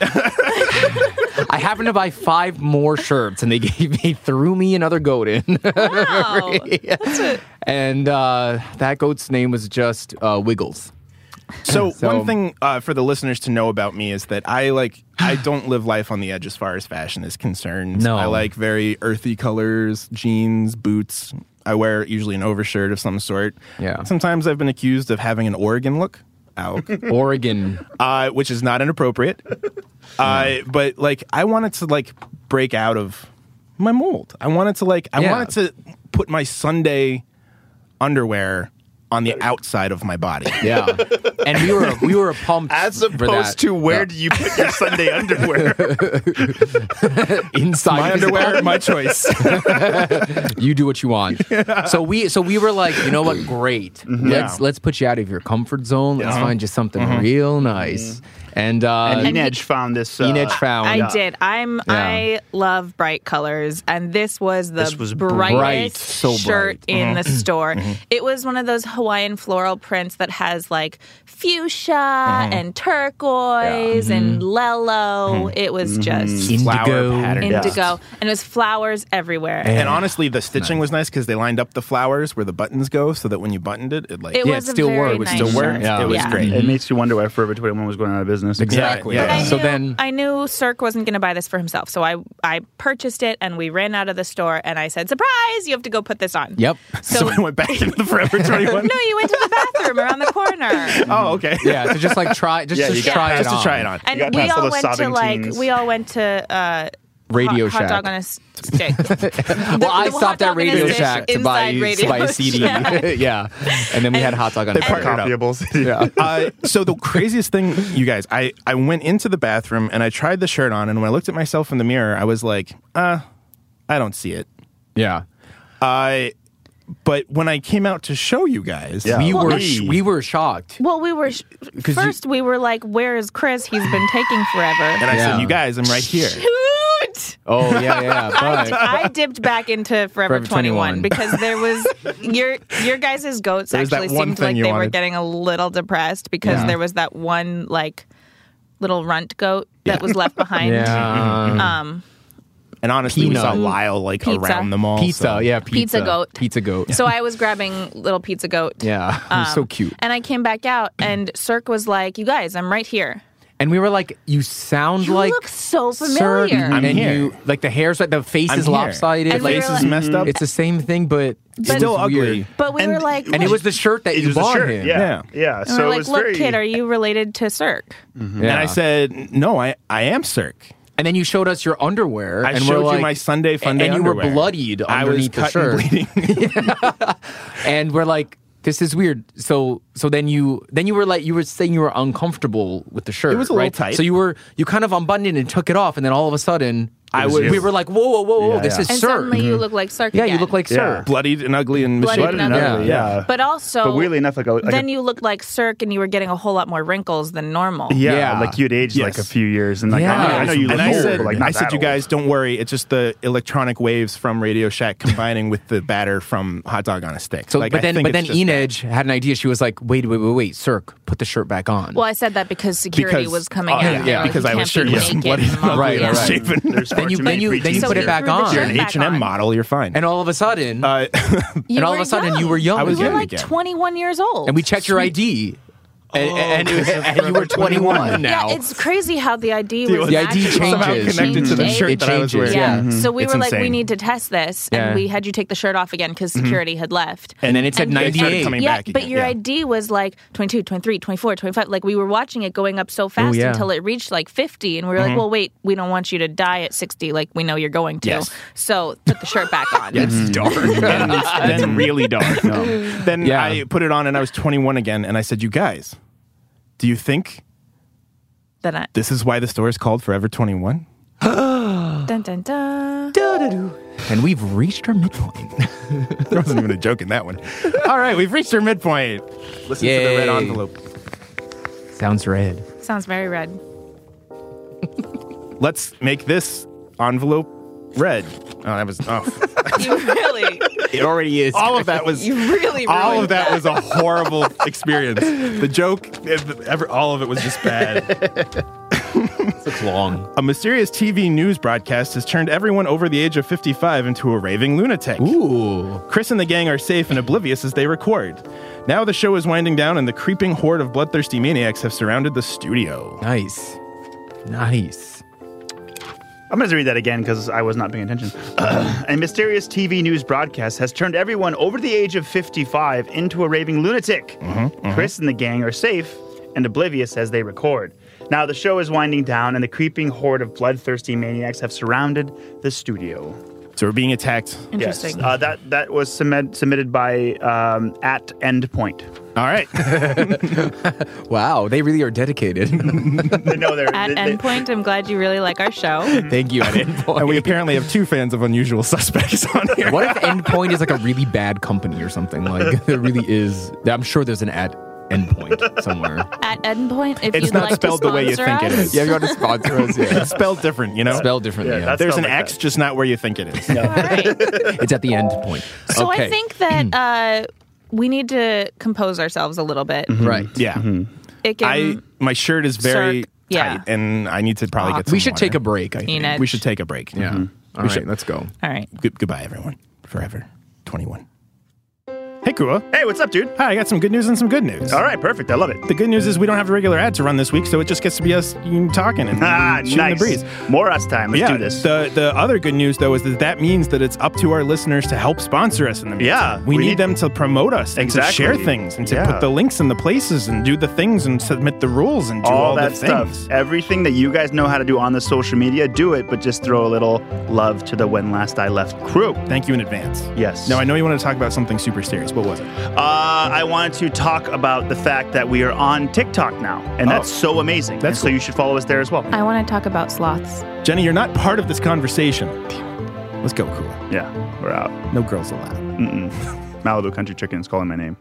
[SPEAKER 4] I happened to buy five more shirts, and they gave me threw me another goat in.
[SPEAKER 3] Wow.
[SPEAKER 4] And uh, that goat's name was just uh, Wiggles.
[SPEAKER 2] So,
[SPEAKER 4] So-
[SPEAKER 2] one thing uh, for the listeners to know about me is that I like I don't live life on the edge as far as fashion is concerned.
[SPEAKER 4] No.
[SPEAKER 2] I like very earthy colors, jeans, boots. I wear usually an overshirt of some sort.
[SPEAKER 4] Yeah.
[SPEAKER 2] Sometimes I've been accused of having an Oregon look. Ow.
[SPEAKER 4] Oregon.
[SPEAKER 2] uh, which is not inappropriate. uh, but like, I wanted to like break out of my mold. I wanted to like, I
[SPEAKER 4] Yeah.
[SPEAKER 2] wanted to put my Sunday underwear on the outside of my body.
[SPEAKER 4] Yeah, and we were we were pumped
[SPEAKER 5] As
[SPEAKER 4] for that.
[SPEAKER 5] opposed to where
[SPEAKER 4] Yeah.
[SPEAKER 5] do you put your Sunday underwear?
[SPEAKER 4] inside
[SPEAKER 2] My
[SPEAKER 4] his
[SPEAKER 2] underwear, my choice.
[SPEAKER 4] you do what you want. So we so we were like, you know what? Great. Let's let's put you out of your comfort zone. Let's find you something real nice. And uh
[SPEAKER 5] and
[SPEAKER 3] he-
[SPEAKER 5] Enedge found this. Uh,
[SPEAKER 4] Enid found
[SPEAKER 3] I did. I'm. I love bright colors, and this was the
[SPEAKER 5] This was bright,
[SPEAKER 3] brightest
[SPEAKER 4] so bright. Mm-hmm.
[SPEAKER 3] shirt in the store. It was one of those Hawaiian floral prints that has like fuchsia
[SPEAKER 4] Mm-hmm.
[SPEAKER 3] and turquoise and lello.
[SPEAKER 4] Mm-hmm.
[SPEAKER 3] It was just
[SPEAKER 2] Flower pattern.
[SPEAKER 4] Indigo.
[SPEAKER 3] indigo, and it was flowers everywhere.
[SPEAKER 2] And honestly, the stitching was nice because they lined up the flowers where the buttons go, so that when you buttoned it, it like
[SPEAKER 3] It
[SPEAKER 4] Yeah,
[SPEAKER 3] was
[SPEAKER 4] it
[SPEAKER 3] a
[SPEAKER 4] still
[SPEAKER 3] very
[SPEAKER 4] worked. It
[SPEAKER 3] Nice
[SPEAKER 2] still worked.
[SPEAKER 3] shirt.
[SPEAKER 4] Yeah.
[SPEAKER 2] It was
[SPEAKER 3] Yeah.
[SPEAKER 2] great.
[SPEAKER 5] It makes you wonder why Forever 21 was going out of business.
[SPEAKER 4] Exactly.
[SPEAKER 2] Yeah, yeah, yeah.
[SPEAKER 3] I
[SPEAKER 4] So
[SPEAKER 3] knew-
[SPEAKER 4] then
[SPEAKER 3] I knew Cirque wasn't going to buy this for himself, so I I purchased it, and we ran out of the store, and I said, "Surprise! You have to go put this on."
[SPEAKER 4] Yep.
[SPEAKER 2] So I went back into the Forever 21.
[SPEAKER 3] No, you went to the bathroom around the corner.
[SPEAKER 2] Oh, okay.
[SPEAKER 4] Yeah, so just like try just,
[SPEAKER 5] Yeah,
[SPEAKER 4] just
[SPEAKER 5] you got
[SPEAKER 4] try it
[SPEAKER 2] Just
[SPEAKER 4] on.
[SPEAKER 2] to try it on.
[SPEAKER 5] You
[SPEAKER 3] And
[SPEAKER 5] got
[SPEAKER 3] we
[SPEAKER 5] past all
[SPEAKER 3] all
[SPEAKER 5] the
[SPEAKER 3] went to
[SPEAKER 5] sobbing
[SPEAKER 3] like
[SPEAKER 5] teens.
[SPEAKER 3] we all went to uh,
[SPEAKER 4] Radio
[SPEAKER 3] hot,
[SPEAKER 4] Shack.
[SPEAKER 3] hot dog on a s- stick.
[SPEAKER 4] well, I
[SPEAKER 3] the hot
[SPEAKER 4] stopped at
[SPEAKER 3] dog in a
[SPEAKER 4] Radio
[SPEAKER 3] dish
[SPEAKER 4] Shack to
[SPEAKER 3] inside
[SPEAKER 4] buy, to
[SPEAKER 3] Radio
[SPEAKER 4] buy a CD.
[SPEAKER 3] Shack.
[SPEAKER 4] yeah. And then we had hot dog on a
[SPEAKER 2] partnered
[SPEAKER 4] stick.
[SPEAKER 2] up.
[SPEAKER 4] Yeah.
[SPEAKER 2] uh, so the craziest thing, you guys, I, I went into the bathroom and I tried the shirt on, and when I looked at myself in the mirror, I was like, uh, I don't see it.
[SPEAKER 4] Yeah.
[SPEAKER 2] I, but when I came out to show you guys,
[SPEAKER 5] Yeah.
[SPEAKER 4] We
[SPEAKER 5] Well,
[SPEAKER 4] were
[SPEAKER 5] I-
[SPEAKER 4] sh- we were shocked.
[SPEAKER 3] well, we were sh-
[SPEAKER 4] 'Cause you-
[SPEAKER 3] first we were like, "Where is Chris? He's been taking
[SPEAKER 2] and
[SPEAKER 3] forever."
[SPEAKER 2] I
[SPEAKER 4] Yeah.
[SPEAKER 2] said, you guys, I'm right here.
[SPEAKER 3] Dude!
[SPEAKER 4] Oh yeah, yeah.
[SPEAKER 3] I,
[SPEAKER 4] But
[SPEAKER 3] di- I dipped back into Forever,
[SPEAKER 4] Forever 21.
[SPEAKER 3] 21 because there was your your guys' goats
[SPEAKER 2] There was that
[SPEAKER 3] actually
[SPEAKER 2] one
[SPEAKER 3] seemed
[SPEAKER 2] thing
[SPEAKER 3] like
[SPEAKER 2] you
[SPEAKER 3] they were
[SPEAKER 2] wanted.
[SPEAKER 3] getting a little depressed because there was that one like little runt goat that was left behind.
[SPEAKER 4] yeah.
[SPEAKER 3] Um,
[SPEAKER 2] And honestly, we saw
[SPEAKER 4] Peanut.
[SPEAKER 2] Lyle like
[SPEAKER 3] Pizza.
[SPEAKER 2] around the mall.
[SPEAKER 4] pizza,
[SPEAKER 2] so-
[SPEAKER 4] yeah, pizza.
[SPEAKER 3] Pizza goat.
[SPEAKER 4] Pizza goat.
[SPEAKER 3] so I was grabbing little pizza goat.
[SPEAKER 4] yeah. it was so
[SPEAKER 3] Um,
[SPEAKER 4] cute.
[SPEAKER 3] And I came back out, and Cirque was like, "You guys, I'm right here."
[SPEAKER 4] And we were like, you sound
[SPEAKER 3] You
[SPEAKER 4] like
[SPEAKER 3] look so
[SPEAKER 4] Sir,
[SPEAKER 3] familiar.
[SPEAKER 4] and
[SPEAKER 2] I'm here.
[SPEAKER 4] you like the hair's like the face
[SPEAKER 2] I'm
[SPEAKER 4] is
[SPEAKER 2] here.
[SPEAKER 4] lopsided.
[SPEAKER 3] And
[SPEAKER 4] like,
[SPEAKER 3] we
[SPEAKER 2] Face
[SPEAKER 3] were
[SPEAKER 2] is
[SPEAKER 3] like-
[SPEAKER 2] messed up.
[SPEAKER 4] it's the same thing, but it was
[SPEAKER 2] Still ugly.
[SPEAKER 4] weird.
[SPEAKER 3] But we
[SPEAKER 5] And-
[SPEAKER 3] were like,
[SPEAKER 4] And it was the shirt that
[SPEAKER 5] It
[SPEAKER 4] you
[SPEAKER 5] was a
[SPEAKER 4] bought
[SPEAKER 5] shirt.
[SPEAKER 4] him.
[SPEAKER 5] Yeah. Yeah.
[SPEAKER 3] and
[SPEAKER 5] So
[SPEAKER 3] we're
[SPEAKER 5] it
[SPEAKER 3] like,
[SPEAKER 5] was
[SPEAKER 3] "Look,
[SPEAKER 5] very,
[SPEAKER 3] kid, are you related to Cirque?"
[SPEAKER 2] And I said, no, I, I am Cirque.
[SPEAKER 4] and then you showed us your underwear.
[SPEAKER 2] I
[SPEAKER 4] and we're
[SPEAKER 2] showed
[SPEAKER 4] like,
[SPEAKER 2] you my Sunday fun
[SPEAKER 4] and
[SPEAKER 2] day
[SPEAKER 4] you were
[SPEAKER 2] underwear.
[SPEAKER 4] bloodied
[SPEAKER 2] I was
[SPEAKER 4] underneath the
[SPEAKER 2] cut and
[SPEAKER 4] shirt.
[SPEAKER 2] bleeding.
[SPEAKER 4] and we're like, this is weird. So so then you then you were like you were saying you were uncomfortable with the shirt.
[SPEAKER 2] was a little
[SPEAKER 4] right?
[SPEAKER 2] tight.
[SPEAKER 4] So you were you kind of unbuttoned it and took it off, and then all of a sudden I
[SPEAKER 5] was
[SPEAKER 4] would.
[SPEAKER 5] you.
[SPEAKER 4] We were like, whoa, whoa, whoa, whoa!
[SPEAKER 5] Yeah,
[SPEAKER 4] This
[SPEAKER 5] yeah.
[SPEAKER 4] is
[SPEAKER 3] and
[SPEAKER 4] Sir.
[SPEAKER 3] suddenly you look like Sark.
[SPEAKER 4] Mm-hmm. yeah, you
[SPEAKER 3] again.
[SPEAKER 4] look like Sir.
[SPEAKER 2] bloodied and ugly and
[SPEAKER 3] Bloodied
[SPEAKER 2] misshapen.
[SPEAKER 5] Blood
[SPEAKER 3] and
[SPEAKER 5] and
[SPEAKER 3] ugly,
[SPEAKER 5] ugly, yeah.
[SPEAKER 3] But also,
[SPEAKER 5] But weirdly enough, like a- like a-
[SPEAKER 3] then you looked like Cirque, and you were getting a whole lot more wrinkles than normal.
[SPEAKER 5] yeah,
[SPEAKER 4] Yeah.
[SPEAKER 5] like you'd aged like
[SPEAKER 2] Yes.
[SPEAKER 5] a few years, and like
[SPEAKER 4] Yeah.
[SPEAKER 5] I, know, I know you
[SPEAKER 2] and
[SPEAKER 5] look
[SPEAKER 2] I
[SPEAKER 5] old,
[SPEAKER 2] said,
[SPEAKER 5] but like not
[SPEAKER 2] I said,
[SPEAKER 5] that
[SPEAKER 2] you
[SPEAKER 5] old."
[SPEAKER 2] guys don't worry. It's just the electronic waves from Radio Shack combining with the batter from Hot Dog on a Stick.
[SPEAKER 4] So,
[SPEAKER 2] Like,
[SPEAKER 4] but
[SPEAKER 2] I
[SPEAKER 4] then,
[SPEAKER 2] think
[SPEAKER 4] but
[SPEAKER 2] it's
[SPEAKER 4] then
[SPEAKER 2] just that.
[SPEAKER 4] Enedge had an idea. She was like, wait, wait, wait, wait, Sir, put the shirt back on.
[SPEAKER 3] Well, I said that because security
[SPEAKER 2] Because-
[SPEAKER 3] was coming
[SPEAKER 2] oh,
[SPEAKER 3] out.
[SPEAKER 2] yeah,
[SPEAKER 3] and
[SPEAKER 4] uh,
[SPEAKER 3] they
[SPEAKER 4] yeah,
[SPEAKER 3] were like,
[SPEAKER 2] because
[SPEAKER 3] "You
[SPEAKER 2] I was
[SPEAKER 3] can't be
[SPEAKER 2] shirtless and
[SPEAKER 3] naked
[SPEAKER 2] bloody and
[SPEAKER 3] mom."
[SPEAKER 4] Right,
[SPEAKER 3] Yeah.
[SPEAKER 4] right.
[SPEAKER 2] misshapen.
[SPEAKER 5] There's far
[SPEAKER 4] you-
[SPEAKER 5] too
[SPEAKER 4] then
[SPEAKER 5] many
[SPEAKER 4] you- then you
[SPEAKER 5] preteens
[SPEAKER 4] put it
[SPEAKER 5] here.
[SPEAKER 4] back
[SPEAKER 3] threw the
[SPEAKER 4] on.
[SPEAKER 2] You're
[SPEAKER 3] shirt
[SPEAKER 2] an
[SPEAKER 3] back
[SPEAKER 2] H and M
[SPEAKER 3] on.
[SPEAKER 2] model. You're fine.
[SPEAKER 4] and all of a sudden,
[SPEAKER 2] uh,
[SPEAKER 3] You
[SPEAKER 4] and all of
[SPEAKER 3] were
[SPEAKER 4] a sudden, you were young.
[SPEAKER 2] I was
[SPEAKER 3] You were
[SPEAKER 2] young
[SPEAKER 3] like
[SPEAKER 2] again.
[SPEAKER 3] 21 years old.
[SPEAKER 4] and we checked your ID, and, and, it was- and you were 21 now.
[SPEAKER 3] Yeah, it's crazy how the ID was
[SPEAKER 4] The ID
[SPEAKER 3] actually
[SPEAKER 4] changes.
[SPEAKER 2] somehow
[SPEAKER 4] changes.
[SPEAKER 2] connected to the
[SPEAKER 3] changed.
[SPEAKER 2] shirt
[SPEAKER 4] It
[SPEAKER 2] that I was
[SPEAKER 4] changes,
[SPEAKER 2] wearing. Mm-hmm.
[SPEAKER 3] Yeah.
[SPEAKER 4] Yeah. Mhm.
[SPEAKER 3] So we
[SPEAKER 2] It's
[SPEAKER 3] were like, we
[SPEAKER 2] insane.
[SPEAKER 3] need to test this,
[SPEAKER 4] Yeah.
[SPEAKER 3] and we had you take the shirt off again because security had left.
[SPEAKER 4] and then it said
[SPEAKER 3] and you-
[SPEAKER 2] They started
[SPEAKER 4] 98.
[SPEAKER 2] coming
[SPEAKER 3] yeah,
[SPEAKER 2] back
[SPEAKER 3] but
[SPEAKER 2] again.
[SPEAKER 3] your
[SPEAKER 2] Yeah.
[SPEAKER 3] ID was like 22, 23, 24, 25. Like we were watching it going up so fast
[SPEAKER 4] yeah.
[SPEAKER 3] until it reached like 50 and we were
[SPEAKER 2] Mm-hmm.
[SPEAKER 3] like, "Well, wait, we don't want you to die at 60 like we know you're going to."
[SPEAKER 2] Yes.
[SPEAKER 3] So, put the shirt back on.
[SPEAKER 2] It's
[SPEAKER 4] Mm-hmm.
[SPEAKER 2] dark. That's really dark. Then
[SPEAKER 4] Yeah.
[SPEAKER 2] I put it on and I was 21 again, and I said, "You guys, do you think
[SPEAKER 3] Then I,
[SPEAKER 2] this is why the store is called Forever 21?"
[SPEAKER 3] dun, dun, dun.
[SPEAKER 4] And we've reached our midpoint.
[SPEAKER 2] There wasn't even a joke in that one. All right, we've reached our midpoint. Listen to the red
[SPEAKER 4] Yay.
[SPEAKER 2] envelope.
[SPEAKER 4] Sounds red.
[SPEAKER 3] Sounds very red.
[SPEAKER 2] Let's make this envelope red. Oh, that was oh.
[SPEAKER 3] You really
[SPEAKER 4] It already is.
[SPEAKER 2] all of that was
[SPEAKER 3] you really
[SPEAKER 2] all
[SPEAKER 3] ruined
[SPEAKER 2] of that was a horrible experience. The joke, ever, all of it was just bad.
[SPEAKER 4] It's long.
[SPEAKER 2] A mysterious TV news broadcast has turned everyone over the age of 55 into a raving lunatic.
[SPEAKER 4] Ooh.
[SPEAKER 2] Chris and the gang are safe and oblivious as they record. Now the show is winding down, and the creeping horde of bloodthirsty maniacs have surrounded the studio.
[SPEAKER 4] Nice. Nice.
[SPEAKER 5] I'm going to read that again because I was not paying attention. a mysterious TV news broadcast has turned everyone over the age of 55 into a raving lunatic.
[SPEAKER 2] Mm-hmm,
[SPEAKER 5] Chris and the gang are safe and oblivious as they record. Now the show is winding down, and the creeping horde of bloodthirsty maniacs have surrounded the studio.
[SPEAKER 2] So we're being attacked.
[SPEAKER 3] Interesting.
[SPEAKER 5] Yes, uh, that that was submit, submitted by um, at Endpoint.
[SPEAKER 2] All right.
[SPEAKER 4] Wow, they really are dedicated.
[SPEAKER 5] no, they're
[SPEAKER 3] At
[SPEAKER 5] they- they-
[SPEAKER 3] Endpoint, I'm glad you really like our show.
[SPEAKER 4] Thank you at Endpoint.
[SPEAKER 2] and we apparently have two fans of Unusual Suspects on here.
[SPEAKER 4] what if Endpoint is like a really bad company or something? Like there really is. I'm sure there's an at Endpoint somewhere.
[SPEAKER 3] At Endpoint, if
[SPEAKER 2] It's
[SPEAKER 3] you'd
[SPEAKER 2] not
[SPEAKER 3] like
[SPEAKER 2] spelled
[SPEAKER 3] to
[SPEAKER 2] the way you
[SPEAKER 3] sponsor
[SPEAKER 2] think it
[SPEAKER 3] us,
[SPEAKER 2] is.
[SPEAKER 4] Yeah, if you want to sponsor us, yeah.
[SPEAKER 2] It's spelled different, you know?
[SPEAKER 4] Spelled differently.
[SPEAKER 5] Yeah,
[SPEAKER 4] Yeah,
[SPEAKER 5] that's-
[SPEAKER 2] There's an
[SPEAKER 5] spelled like
[SPEAKER 2] X,
[SPEAKER 5] that.
[SPEAKER 2] just not where you think it is.
[SPEAKER 3] All right.
[SPEAKER 4] it's at the end point.
[SPEAKER 3] So I
[SPEAKER 4] Okay.
[SPEAKER 3] think that uh, we need to compose ourselves a little bit.
[SPEAKER 4] right.
[SPEAKER 2] Yeah.
[SPEAKER 5] Mm-hmm.
[SPEAKER 3] It
[SPEAKER 2] I
[SPEAKER 3] can,
[SPEAKER 2] my shirt is very
[SPEAKER 3] Circ- yeah.
[SPEAKER 2] tight, and I need to probably get. Some
[SPEAKER 4] We should
[SPEAKER 2] water.
[SPEAKER 4] take a break. I think.
[SPEAKER 3] Enid.
[SPEAKER 2] We should take a break.
[SPEAKER 4] Yeah.
[SPEAKER 5] Mm-hmm.
[SPEAKER 4] All
[SPEAKER 2] We
[SPEAKER 4] right,
[SPEAKER 2] should-
[SPEAKER 4] let's go.
[SPEAKER 3] all right.
[SPEAKER 2] Good- goodbye, everyone. Forever. 21. Hey, Kua.
[SPEAKER 5] hey, what's up, dude?
[SPEAKER 2] Hi, I got some good news and some good news.
[SPEAKER 5] All right, perfect. I love it.
[SPEAKER 2] The good news is we don't have a regular ad to run this week, so it just gets to be us talking and
[SPEAKER 5] Ah,
[SPEAKER 2] shooting
[SPEAKER 5] nice.
[SPEAKER 2] the breeze.
[SPEAKER 5] More us time. Let's
[SPEAKER 2] yeah,
[SPEAKER 5] do this.
[SPEAKER 2] The, the other good news, though, is that that means that it's up to our listeners to help sponsor us in the meantime.
[SPEAKER 5] Yeah,
[SPEAKER 2] We,
[SPEAKER 5] we
[SPEAKER 2] need,
[SPEAKER 5] need-
[SPEAKER 2] them to promote us and to
[SPEAKER 5] Exactly.
[SPEAKER 2] share things and to
[SPEAKER 5] Yeah.
[SPEAKER 2] put the links in the places and do the things and submit the rules and do all,
[SPEAKER 5] all that
[SPEAKER 2] the
[SPEAKER 5] stuff.
[SPEAKER 2] things.
[SPEAKER 5] Everything that you guys know how to do on the social media, do it, but just throw a little love to the When Last I Left crew.
[SPEAKER 2] Thank you in advance.
[SPEAKER 5] Yes.
[SPEAKER 2] Now, I know you want to talk about something super serious. What was it?
[SPEAKER 5] Uh, I wanted to talk about the fact that we are on TikTok now, and
[SPEAKER 2] Oh.
[SPEAKER 5] that's so amazing.
[SPEAKER 2] That's
[SPEAKER 5] and so you should follow us there as well.
[SPEAKER 3] I want to talk about sloths.
[SPEAKER 2] Jenny, you're not part of this conversation. Let's go, cool.
[SPEAKER 5] yeah, we're out.
[SPEAKER 2] No girls allowed.
[SPEAKER 5] Malibu Country Chicken is calling my name.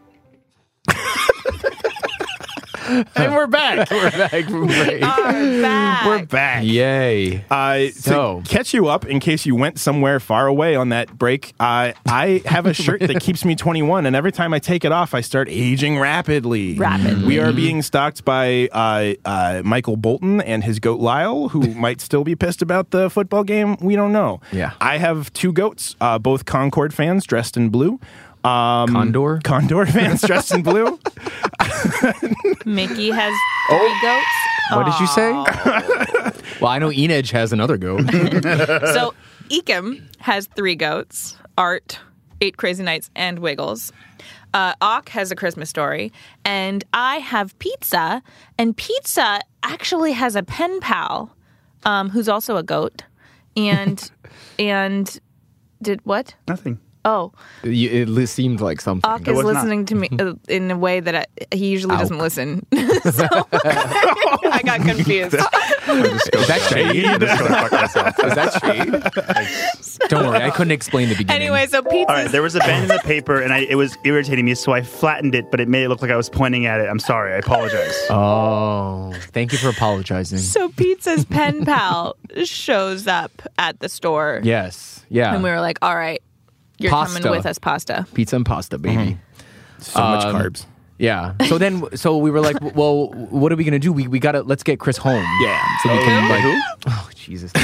[SPEAKER 4] And we're back. we're back from break.
[SPEAKER 3] We're back.
[SPEAKER 2] We're back.
[SPEAKER 4] Yay.
[SPEAKER 2] Uh,
[SPEAKER 4] So-
[SPEAKER 2] To catch you up in case you went somewhere far away on that break, uh, I have a shirt that keeps me 21, and every time I take it off, I start aging rapidly.
[SPEAKER 3] Rapidly.
[SPEAKER 2] We are being stalked by uh, uh, Michael Bolton and his goat Lyle, who might still be pissed about the football game. We don't know.
[SPEAKER 4] Yeah.
[SPEAKER 2] I have two goats, uh, both Concord fans dressed in blue. Um,
[SPEAKER 4] Condor?
[SPEAKER 2] Condor fans dressed in blue.
[SPEAKER 3] Mickey has three goats.
[SPEAKER 4] What did you say? well, I know Enedge has another goat.
[SPEAKER 3] Aw. So Ekim has three goats. Art, Eight Crazy Nights, and Wiggles. Uh, Ock has a Christmas story, and I have Pizza. And Pizza actually has a pen pal, um, who's also a goat, and and did what?
[SPEAKER 5] Nothing.
[SPEAKER 3] Oh,
[SPEAKER 4] You- It li- seemed like something.
[SPEAKER 3] Ak is
[SPEAKER 5] was not.
[SPEAKER 3] listening to me uh, in a way that I, he usually doesn't listen. so I got confused.
[SPEAKER 4] Is that shade?
[SPEAKER 5] I'm just gonna fuck myself.
[SPEAKER 4] Is that shade? Don't worry, I couldn't explain the beginning.
[SPEAKER 3] anyway, so pizza's
[SPEAKER 5] All right, there was a bend in the paper, and I, it was irritating me, so I flattened it, but it made it look like I was pointing at it. I'm sorry. I apologize.
[SPEAKER 4] Oh, thank you for apologizing.
[SPEAKER 3] so pizza's pen pal shows up at the store.
[SPEAKER 4] yes, yeah.
[SPEAKER 3] And we were like, all right, you're
[SPEAKER 4] Pasta.
[SPEAKER 3] coming with us, pasta.
[SPEAKER 4] Pizza and pasta, baby.
[SPEAKER 2] So much
[SPEAKER 4] Um,
[SPEAKER 2] carbs.
[SPEAKER 4] Yeah. So then, so we were like, well, what are we gonna do? We we gotta let's get Chris home.
[SPEAKER 2] Yeah.
[SPEAKER 4] So we can
[SPEAKER 2] Who?
[SPEAKER 4] like, oh Jesus.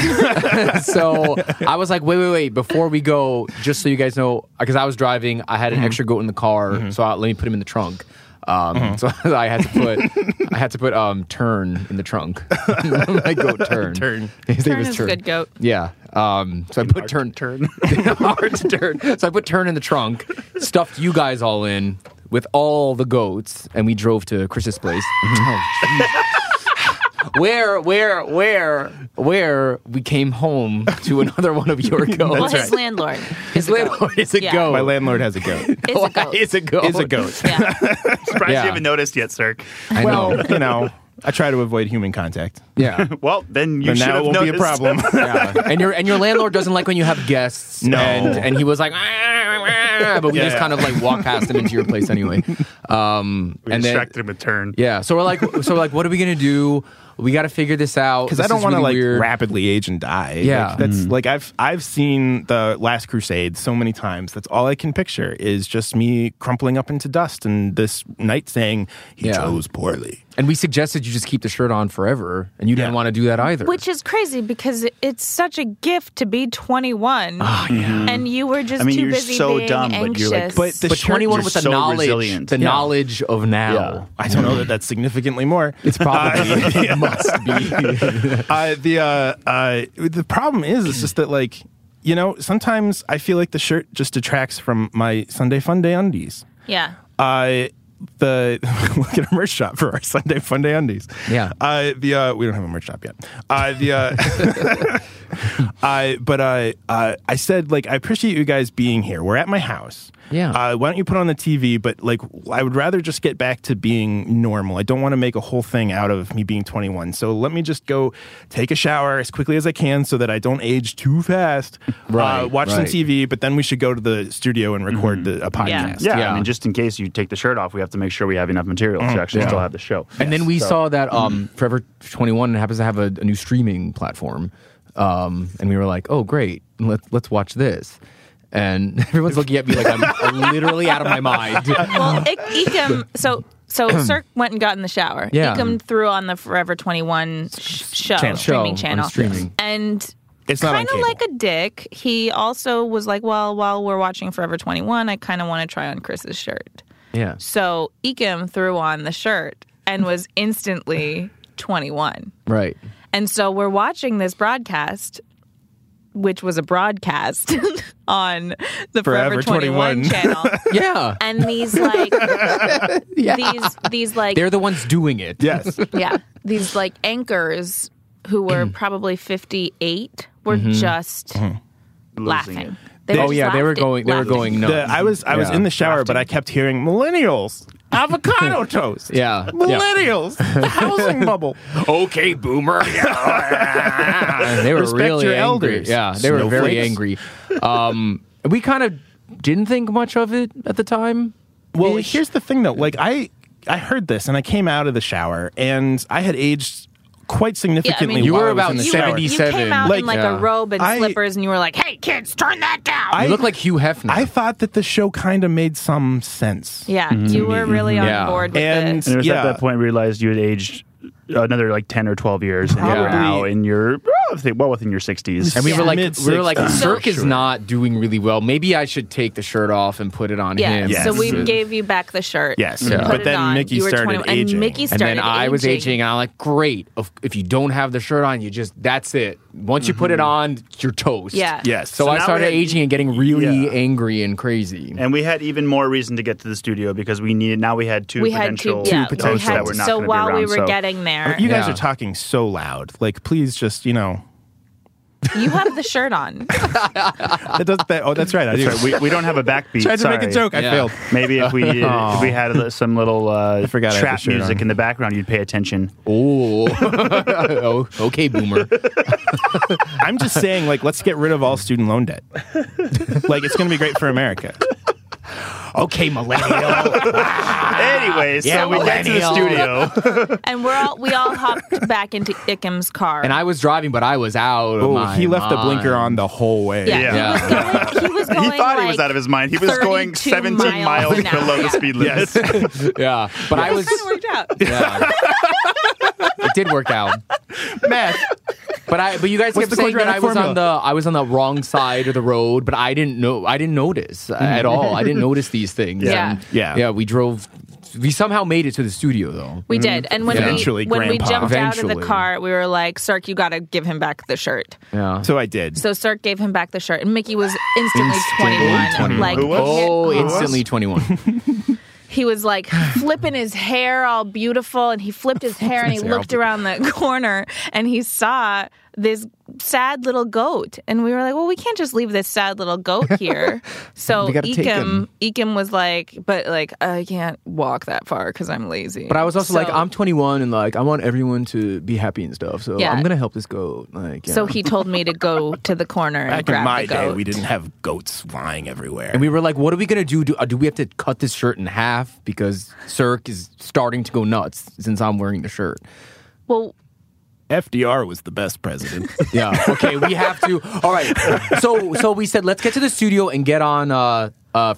[SPEAKER 4] so I was like, wait, wait, wait. Before we go, just so you guys know, because I was driving, I
[SPEAKER 2] Mm-hmm.
[SPEAKER 4] had an extra goat in the car, so I, let me put him in the trunk. Um,
[SPEAKER 2] Mm-hmm.
[SPEAKER 4] So I had to put, I had to put um, turn in the trunk. My goat turn.
[SPEAKER 2] Turn.
[SPEAKER 4] His name
[SPEAKER 3] Turn
[SPEAKER 4] is
[SPEAKER 3] is a good goat.
[SPEAKER 4] Yeah. Um, so I put turn
[SPEAKER 5] turn.
[SPEAKER 4] hard to turn. So I put turn in the trunk, stuffed you guys all in with all the goats, and we drove to Chris's place. Oh, jeez. where, where, where, where we came home to another one of your goats.
[SPEAKER 3] well, his landlord.
[SPEAKER 4] His landlord is a
[SPEAKER 3] Yeah.
[SPEAKER 4] goat.
[SPEAKER 2] My landlord has a goat.
[SPEAKER 3] Is a goat.
[SPEAKER 4] Is a goat.
[SPEAKER 2] Is a goat.
[SPEAKER 3] yeah.
[SPEAKER 5] Surprised
[SPEAKER 4] Yeah.
[SPEAKER 5] you haven't noticed yet, Cirque.
[SPEAKER 4] I know.
[SPEAKER 2] Well, you know, I try to avoid human contact.
[SPEAKER 4] yeah.
[SPEAKER 5] Well, then you
[SPEAKER 2] but
[SPEAKER 5] should
[SPEAKER 2] now
[SPEAKER 5] have
[SPEAKER 2] it won't
[SPEAKER 5] noticed.
[SPEAKER 2] be a problem.
[SPEAKER 4] Yeah. And your and your landlord doesn't like when you have guests.
[SPEAKER 2] No.
[SPEAKER 4] And, and he was like, "Ah, ah," but we
[SPEAKER 2] Yeah.
[SPEAKER 4] just kind of like walk past him into your place anyway. Um,
[SPEAKER 5] We
[SPEAKER 4] and then
[SPEAKER 5] distracted him a turn.
[SPEAKER 4] yeah. So we're like, so we're like, what are we gonna do? We got to figure this out
[SPEAKER 2] because I
[SPEAKER 4] This
[SPEAKER 2] don't
[SPEAKER 4] is
[SPEAKER 2] want to
[SPEAKER 4] really
[SPEAKER 2] like
[SPEAKER 4] weird.
[SPEAKER 2] rapidly age and die. Like,
[SPEAKER 4] Yeah.
[SPEAKER 2] that's like I've I've seen the Last Crusade so many times. That's all I can picture is just me crumpling up into dust and this knight saying he
[SPEAKER 4] Yeah.
[SPEAKER 2] chose poorly.
[SPEAKER 4] And we suggested you just keep the shirt on forever, and you didn't
[SPEAKER 2] Yeah.
[SPEAKER 4] want to do that either.
[SPEAKER 3] Which is crazy because it- it's such a gift to be 21. And you were just
[SPEAKER 5] Ah, I mean,
[SPEAKER 3] too
[SPEAKER 5] you're
[SPEAKER 3] busy
[SPEAKER 5] so
[SPEAKER 3] being
[SPEAKER 5] dumb, but
[SPEAKER 3] anxious.
[SPEAKER 5] you're like,
[SPEAKER 2] But the
[SPEAKER 4] but
[SPEAKER 2] shirt
[SPEAKER 4] 21
[SPEAKER 5] is
[SPEAKER 4] with the
[SPEAKER 5] so
[SPEAKER 4] knowledge,
[SPEAKER 5] resilient.
[SPEAKER 4] the
[SPEAKER 5] Yeah.
[SPEAKER 4] knowledge of now.
[SPEAKER 5] Yeah.
[SPEAKER 2] I don't know that that's significantly more.
[SPEAKER 4] It's probably it must be.
[SPEAKER 2] uh, the uh, uh, the problem is, it's just that like you know sometimes I feel like the shirt just detracts from my Sunday Fun Day undies.
[SPEAKER 3] yeah.
[SPEAKER 2] Uh, the look at a merch shop for our Sunday Fun Day undies.
[SPEAKER 4] Yeah.
[SPEAKER 2] Uh, the uh, we don't have a merch shop yet. Uh, the uh, I but I uh, I said like I appreciate you guys being here. We're at my house.
[SPEAKER 4] Yeah.
[SPEAKER 2] Uh, why don't you put on the TV? But like I would rather just get back to being normal. I don't want to make a whole thing out of me being 21. So let me just go take a shower as quickly as I can so that I don't age too fast.
[SPEAKER 4] Right,
[SPEAKER 2] Uh, watch some
[SPEAKER 4] right. Mm-hmm.
[SPEAKER 2] TV, but then we should go to the studio and record the, a podcast.
[SPEAKER 5] Yeah,
[SPEAKER 4] Yeah.
[SPEAKER 5] I mean, just in case you take the shirt off, we have to make sure we have enough material to actually still have the show.
[SPEAKER 4] And then we saw that
[SPEAKER 2] Mm-hmm.
[SPEAKER 4] um, Forever 21 happens to have a, a new streaming platform, um, and we were like, "Oh, great! Let, let's watch this." And everyone's looking at me like I'm literally out of my mind.
[SPEAKER 3] Well, I- Ikem, so so Cirque went and got in the shower.
[SPEAKER 4] Yeah.
[SPEAKER 3] Ikem threw on the Forever 21 sh- show,
[SPEAKER 2] Channel.
[SPEAKER 4] Show,
[SPEAKER 3] streaming
[SPEAKER 4] on
[SPEAKER 3] channel.
[SPEAKER 4] streaming.
[SPEAKER 3] And
[SPEAKER 2] It's not on
[SPEAKER 3] kind of
[SPEAKER 2] cable.
[SPEAKER 3] like a dick, he also was like, well, while we're watching Forever 21, I kind of want to try on Chris's shirt.
[SPEAKER 4] Yeah.
[SPEAKER 3] So Ikem threw on the shirt and was instantly 21.
[SPEAKER 4] Right.
[SPEAKER 3] And so we're watching this broadcast, which was a broadcast on the Forever,
[SPEAKER 2] Forever
[SPEAKER 3] 21,
[SPEAKER 2] 21.
[SPEAKER 3] channel.
[SPEAKER 4] Yeah.
[SPEAKER 3] And these like
[SPEAKER 4] Yeah.
[SPEAKER 3] these these like
[SPEAKER 4] They're the ones doing it.
[SPEAKER 2] Yes.
[SPEAKER 3] yeah, these like anchors who were probably 58 were just laughing. They were
[SPEAKER 4] Oh
[SPEAKER 3] just
[SPEAKER 4] yeah, they were
[SPEAKER 3] laughing-
[SPEAKER 4] going. They were
[SPEAKER 3] laughing.
[SPEAKER 4] going. No.
[SPEAKER 2] The- I was I was
[SPEAKER 4] Yeah.
[SPEAKER 2] in the shower, but I kept hearing millennials, avocado toast,
[SPEAKER 4] Yeah.
[SPEAKER 2] millennials, the housing bubble.
[SPEAKER 4] Okay, boomer. they were
[SPEAKER 2] Respect
[SPEAKER 4] really
[SPEAKER 2] your
[SPEAKER 4] angry.
[SPEAKER 2] elders,
[SPEAKER 4] Yeah, they were very
[SPEAKER 2] snowflakes.
[SPEAKER 4] angry. Um, we kind of didn't think much of it at the time.
[SPEAKER 2] Well,
[SPEAKER 4] Ish.
[SPEAKER 2] here's the thing though. Like I I heard this and I came out of the shower and I had aged quite significantly.
[SPEAKER 3] You
[SPEAKER 2] while
[SPEAKER 4] were
[SPEAKER 2] I was
[SPEAKER 4] about
[SPEAKER 2] in the
[SPEAKER 3] You,
[SPEAKER 2] shower.
[SPEAKER 3] you
[SPEAKER 4] 77.
[SPEAKER 3] came out
[SPEAKER 2] Like,
[SPEAKER 3] in like
[SPEAKER 4] yeah.
[SPEAKER 3] a robe and
[SPEAKER 2] I-
[SPEAKER 3] slippers, and you were like, "Hey kids, turn that down."
[SPEAKER 2] I-
[SPEAKER 4] you look like Hugh Hefner.
[SPEAKER 2] I thought that the show kind of made some sense.
[SPEAKER 3] yeah, you were really on
[SPEAKER 4] Yeah.
[SPEAKER 3] board with
[SPEAKER 2] And-
[SPEAKER 3] this.
[SPEAKER 5] And it was
[SPEAKER 2] Yeah.
[SPEAKER 5] at that point realized you had aged another like 10 or 12 years. And you're
[SPEAKER 2] Probably.
[SPEAKER 5] now in your, well within your 60s.
[SPEAKER 4] and we
[SPEAKER 2] Yeah.
[SPEAKER 4] were like,
[SPEAKER 2] Mid
[SPEAKER 4] we were like,
[SPEAKER 2] sixties.
[SPEAKER 4] Cirque is
[SPEAKER 2] Sure.
[SPEAKER 4] not doing really well. Maybe I should take the shirt off and put it on
[SPEAKER 3] Yeah,
[SPEAKER 4] him.
[SPEAKER 3] so
[SPEAKER 2] Yes.
[SPEAKER 3] we gave you back the shirt.
[SPEAKER 2] Yes.
[SPEAKER 3] You
[SPEAKER 2] Yeah.
[SPEAKER 3] put
[SPEAKER 2] But
[SPEAKER 3] it
[SPEAKER 2] then
[SPEAKER 3] on.
[SPEAKER 2] Mickey
[SPEAKER 3] You were
[SPEAKER 2] started
[SPEAKER 3] 21
[SPEAKER 2] aging.
[SPEAKER 3] And Mickey
[SPEAKER 4] And
[SPEAKER 3] started
[SPEAKER 4] then I was aging,
[SPEAKER 3] aging.
[SPEAKER 4] and I'm like, great. If, if you don't have the shirt on, you just that's it. Once you put it on, you're toast.
[SPEAKER 3] Yeah.
[SPEAKER 2] Mm-hmm. Yes.
[SPEAKER 4] So,
[SPEAKER 2] So
[SPEAKER 4] I
[SPEAKER 5] now
[SPEAKER 4] started
[SPEAKER 5] we had-
[SPEAKER 4] aging and getting really
[SPEAKER 5] Yeah.
[SPEAKER 4] angry and crazy.
[SPEAKER 5] And we had even more reason to get to the studio because we needed, now we had two
[SPEAKER 3] We had to,
[SPEAKER 5] potential
[SPEAKER 3] yeah,
[SPEAKER 5] hosts
[SPEAKER 3] we had
[SPEAKER 5] that were
[SPEAKER 3] to,
[SPEAKER 5] not
[SPEAKER 3] so
[SPEAKER 5] gonna be
[SPEAKER 3] while we
[SPEAKER 5] around,
[SPEAKER 3] were
[SPEAKER 5] so-
[SPEAKER 3] getting there,
[SPEAKER 2] You guys
[SPEAKER 4] Yeah.
[SPEAKER 2] are talking so loud. Like, please just you know.
[SPEAKER 3] You have the shirt on.
[SPEAKER 2] That does, that, oh, that's right. I
[SPEAKER 5] That's
[SPEAKER 2] do.
[SPEAKER 5] right. We, we don't have a backbeat.
[SPEAKER 2] tried to
[SPEAKER 5] Sorry.
[SPEAKER 2] make a joke. I
[SPEAKER 4] Yeah.
[SPEAKER 2] failed.
[SPEAKER 5] Maybe if we if we had li- some little uh,
[SPEAKER 2] forgot I had the
[SPEAKER 5] trap
[SPEAKER 2] shirt
[SPEAKER 5] music
[SPEAKER 2] on.
[SPEAKER 5] in the background, you'd pay attention.
[SPEAKER 4] oh, okay, boomer.
[SPEAKER 2] I'm just saying, like, let's get rid of all student loan debt. like, it's going to be great for America. Okay, millennial.
[SPEAKER 5] Anyways,
[SPEAKER 4] yeah,
[SPEAKER 5] so we get to the
[SPEAKER 4] millennial.
[SPEAKER 5] studio.
[SPEAKER 3] And we're all we all hopped back into Ickham's car.
[SPEAKER 4] And I was driving, but I was out. Of
[SPEAKER 2] oh,
[SPEAKER 4] my
[SPEAKER 2] he left the
[SPEAKER 4] mind.
[SPEAKER 2] blinker on the whole way.
[SPEAKER 3] yeah,
[SPEAKER 5] Yeah.
[SPEAKER 3] He, was going, he was going.
[SPEAKER 5] he thought he was
[SPEAKER 3] like,
[SPEAKER 5] out of his mind. He was going
[SPEAKER 3] 32
[SPEAKER 5] 17 miles,
[SPEAKER 3] miles an hour.
[SPEAKER 5] below the
[SPEAKER 3] Yeah.
[SPEAKER 5] speed limit.
[SPEAKER 4] Yeah, but I
[SPEAKER 3] It
[SPEAKER 4] was.
[SPEAKER 3] kind of worked out.
[SPEAKER 4] Yeah. it did work out.
[SPEAKER 2] Matt,
[SPEAKER 4] But I, but you guys
[SPEAKER 2] What's the
[SPEAKER 4] kept saying that I
[SPEAKER 2] quadratic
[SPEAKER 4] was on
[SPEAKER 2] formula?
[SPEAKER 4] the I was on the wrong side of the road, but I didn't know I didn't notice uh, at all. I didn't notice these things.
[SPEAKER 3] Yeah.
[SPEAKER 4] And,
[SPEAKER 2] Mm-hmm. Yeah.
[SPEAKER 4] yeah. We drove. We somehow made it to the studio though.
[SPEAKER 3] We did, and when
[SPEAKER 2] Eventually,
[SPEAKER 3] we when we
[SPEAKER 2] Grandpa.
[SPEAKER 3] jumped out of
[SPEAKER 4] Eventually.
[SPEAKER 3] the car, we were like, "Cirque, you got to give him back the shirt."
[SPEAKER 4] Yeah.
[SPEAKER 2] so I did.
[SPEAKER 3] So Cirque gave him back the shirt, and Mickey was instantly, 21.
[SPEAKER 4] 21.
[SPEAKER 3] Like,
[SPEAKER 5] Who was?
[SPEAKER 4] oh,
[SPEAKER 3] he, had-
[SPEAKER 4] instantly twenty one.
[SPEAKER 3] he was like flipping his hair, all beautiful, and he flipped his hair, and he
[SPEAKER 4] His hair all
[SPEAKER 3] looked
[SPEAKER 4] beautiful.
[SPEAKER 3] around the corner, and he saw this sad little goat, and we were like, "Well, we can't just leave this sad little goat here." So
[SPEAKER 4] We gotta take
[SPEAKER 3] Ekim, Ekim was like, "But like, I can't walk that far because I'm lazy."
[SPEAKER 4] But I was also like,
[SPEAKER 3] So-
[SPEAKER 4] I'm 21 and like I want everyone to be happy and stuff. So
[SPEAKER 3] Yeah.
[SPEAKER 4] I'm gonna help this goat. Like, yeah.
[SPEAKER 3] So he told me to go to the corner and
[SPEAKER 2] Back
[SPEAKER 3] grab
[SPEAKER 2] in my
[SPEAKER 3] the
[SPEAKER 2] day,
[SPEAKER 3] goat.
[SPEAKER 2] we didn't have goats flying everywhere.
[SPEAKER 4] And we were like, what are we gonna do? Do, uh, do we have to cut this shirt in half because Cirque is starting to go nuts since I'm wearing the shirt?
[SPEAKER 3] Well,
[SPEAKER 2] FDR was the best president.
[SPEAKER 4] Yeah. Okay. We have to. All right. So so we said let's get to the studio and get on uh, uh,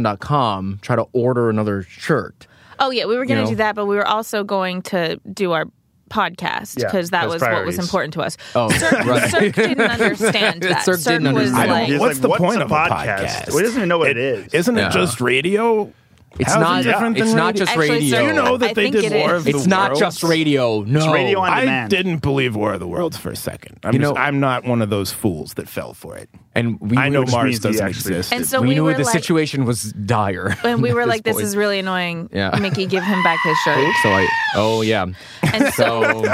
[SPEAKER 4] forever21.com. Try to order another shirt.
[SPEAKER 3] oh yeah, we were going to
[SPEAKER 4] know?
[SPEAKER 3] do that, but we were also going to do our podcast
[SPEAKER 5] Yeah,
[SPEAKER 3] because that
[SPEAKER 5] those
[SPEAKER 3] was what
[SPEAKER 5] priorities.
[SPEAKER 3] was important to us.
[SPEAKER 4] Oh,
[SPEAKER 3] Cirque,
[SPEAKER 4] right.
[SPEAKER 3] Cirque didn't understand that.
[SPEAKER 4] Cirque didn't
[SPEAKER 3] was
[SPEAKER 4] understand.
[SPEAKER 2] I
[SPEAKER 3] like,
[SPEAKER 2] don't-
[SPEAKER 5] He's
[SPEAKER 2] what's the point
[SPEAKER 5] a
[SPEAKER 2] of a podcast?
[SPEAKER 5] Well, he doesn't even know what it is.
[SPEAKER 2] Isn't
[SPEAKER 4] Yeah.
[SPEAKER 2] it just radio?
[SPEAKER 4] It's
[SPEAKER 2] How's it
[SPEAKER 4] not.
[SPEAKER 2] different
[SPEAKER 4] it's
[SPEAKER 2] than
[SPEAKER 4] not
[SPEAKER 2] radio?
[SPEAKER 4] just
[SPEAKER 3] Actually,
[SPEAKER 4] radio.
[SPEAKER 3] Cirque-
[SPEAKER 2] You know that
[SPEAKER 3] I
[SPEAKER 2] they
[SPEAKER 3] think
[SPEAKER 2] did
[SPEAKER 3] it
[SPEAKER 2] War
[SPEAKER 3] is.
[SPEAKER 2] of the
[SPEAKER 4] it's not
[SPEAKER 2] Worlds?
[SPEAKER 4] just radio. No.
[SPEAKER 5] radio on-
[SPEAKER 2] I
[SPEAKER 5] demand.
[SPEAKER 2] didn't believe War of the Worlds for a second. I'm,
[SPEAKER 4] You
[SPEAKER 2] just-
[SPEAKER 4] know-
[SPEAKER 2] I'm not one of those fools that fell for it.
[SPEAKER 4] And we
[SPEAKER 2] I know
[SPEAKER 4] we-
[SPEAKER 2] Mars
[SPEAKER 5] means he
[SPEAKER 2] doesn't
[SPEAKER 5] actually-
[SPEAKER 2] exist.
[SPEAKER 3] and so
[SPEAKER 4] we,
[SPEAKER 3] we,
[SPEAKER 4] knew
[SPEAKER 3] were
[SPEAKER 4] the
[SPEAKER 3] like,
[SPEAKER 4] situation was dire.
[SPEAKER 3] and we were
[SPEAKER 4] at
[SPEAKER 3] like, "This
[SPEAKER 4] point.
[SPEAKER 3] is really annoying."
[SPEAKER 4] Yeah.
[SPEAKER 3] Mickey, give him back his shirt.
[SPEAKER 4] So I. Oh yeah.
[SPEAKER 3] And
[SPEAKER 4] So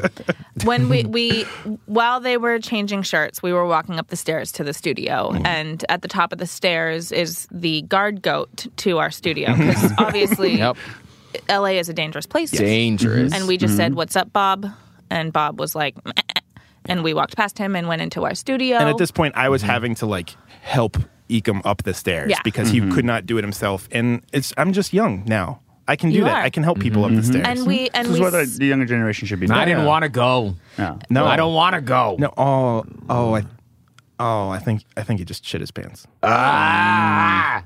[SPEAKER 3] when we, we while they were changing shirts we were walking up the stairs to the studio
[SPEAKER 4] Mm-hmm.
[SPEAKER 3] and at the top of the stairs is the guard goat to our studio because obviously
[SPEAKER 4] yep.
[SPEAKER 3] la is a dangerous place
[SPEAKER 4] Dangerous.
[SPEAKER 3] and we just said what's up bob and bob was like "Meh." and we walked past him and went into our studio
[SPEAKER 2] And at this point, I was having to like help Ekum up the stairs
[SPEAKER 3] Yeah.
[SPEAKER 2] because he could not do it himself. And it's I'm just young now. I can do
[SPEAKER 3] You
[SPEAKER 2] that.
[SPEAKER 3] are.
[SPEAKER 2] I can help people up the stairs.
[SPEAKER 3] and we and
[SPEAKER 5] This is
[SPEAKER 3] we
[SPEAKER 5] what
[SPEAKER 3] s-
[SPEAKER 5] the younger generation should be doing.
[SPEAKER 4] I didn't want to go.
[SPEAKER 5] No.
[SPEAKER 2] no,
[SPEAKER 4] I don't want to go.
[SPEAKER 2] No, oh, oh, I, oh, I think I think he just shit his pants.
[SPEAKER 4] Ah.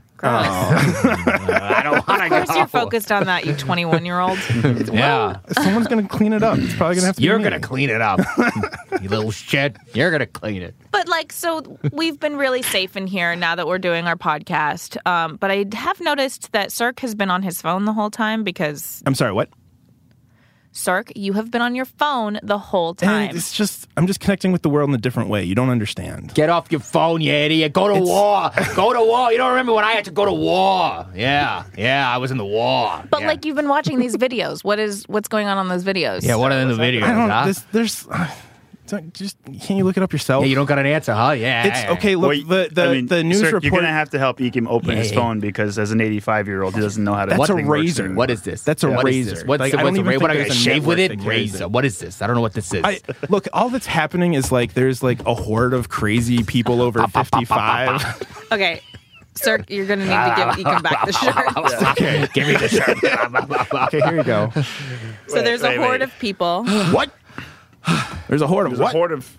[SPEAKER 4] I don't want to
[SPEAKER 3] of course you're focused on that you 21 year old
[SPEAKER 4] Yeah.
[SPEAKER 2] Someone's gonna clean it up. It's probably gonna have to. be
[SPEAKER 4] You're
[SPEAKER 2] me.
[SPEAKER 4] gonna clean it up, you little shit. You're gonna clean it.
[SPEAKER 3] But like, so we've been really safe in here now that we're doing our podcast. Um, but I have noticed that Cirque has been on his phone the whole time because
[SPEAKER 2] I'm sorry. What?
[SPEAKER 3] Cirque, you have been on your phone the whole
[SPEAKER 2] And
[SPEAKER 3] time.
[SPEAKER 2] It's just I'm just connecting with the world in a different way. You don't understand.
[SPEAKER 4] Get off your phone, you idiot. Go to war. Go to war. You don't remember when I had to go to war? Yeah, yeah. I was in the war.
[SPEAKER 3] But
[SPEAKER 4] yeah.
[SPEAKER 3] like, you've been watching these videos. What is what's going on on those videos?
[SPEAKER 4] yeah. What are in the videos?
[SPEAKER 2] I don't.
[SPEAKER 4] huh?
[SPEAKER 2] This, there's. don't- just can't you look it up yourself?
[SPEAKER 4] yeah, you don't got an answer, huh? Yeah.
[SPEAKER 2] It's okay. Look,
[SPEAKER 5] Well,
[SPEAKER 2] the the,
[SPEAKER 5] I mean,
[SPEAKER 2] the news
[SPEAKER 5] sir, You're
[SPEAKER 2] report.
[SPEAKER 5] gonna have to help Ekim open his
[SPEAKER 4] Yeah.
[SPEAKER 5] phone because as an 85 year old, he doesn't know how to.
[SPEAKER 2] That's a
[SPEAKER 5] thing works
[SPEAKER 2] razor.
[SPEAKER 5] anymore.
[SPEAKER 4] What is this?
[SPEAKER 2] That's a
[SPEAKER 4] What is
[SPEAKER 2] razor.
[SPEAKER 4] this? What's,
[SPEAKER 2] Like, I don't
[SPEAKER 4] what's a
[SPEAKER 2] even
[SPEAKER 4] razor? What I
[SPEAKER 2] think
[SPEAKER 4] gotta
[SPEAKER 2] there's a
[SPEAKER 4] shave with it?
[SPEAKER 2] network that carries
[SPEAKER 4] Razor.
[SPEAKER 2] it.
[SPEAKER 4] What is this? I don't know what this is.
[SPEAKER 2] I, look, all that's happening is like there's like a horde of crazy people over 55.
[SPEAKER 3] Okay, Cirque, you're gonna need to give Ecom back the shirt.
[SPEAKER 4] okay, give me the shirt.
[SPEAKER 2] okay, here you go.
[SPEAKER 3] So there's a
[SPEAKER 5] wait,
[SPEAKER 3] horde
[SPEAKER 5] wait.
[SPEAKER 3] of people.
[SPEAKER 2] What? There's a horde of
[SPEAKER 5] There's
[SPEAKER 2] what?
[SPEAKER 5] a horde of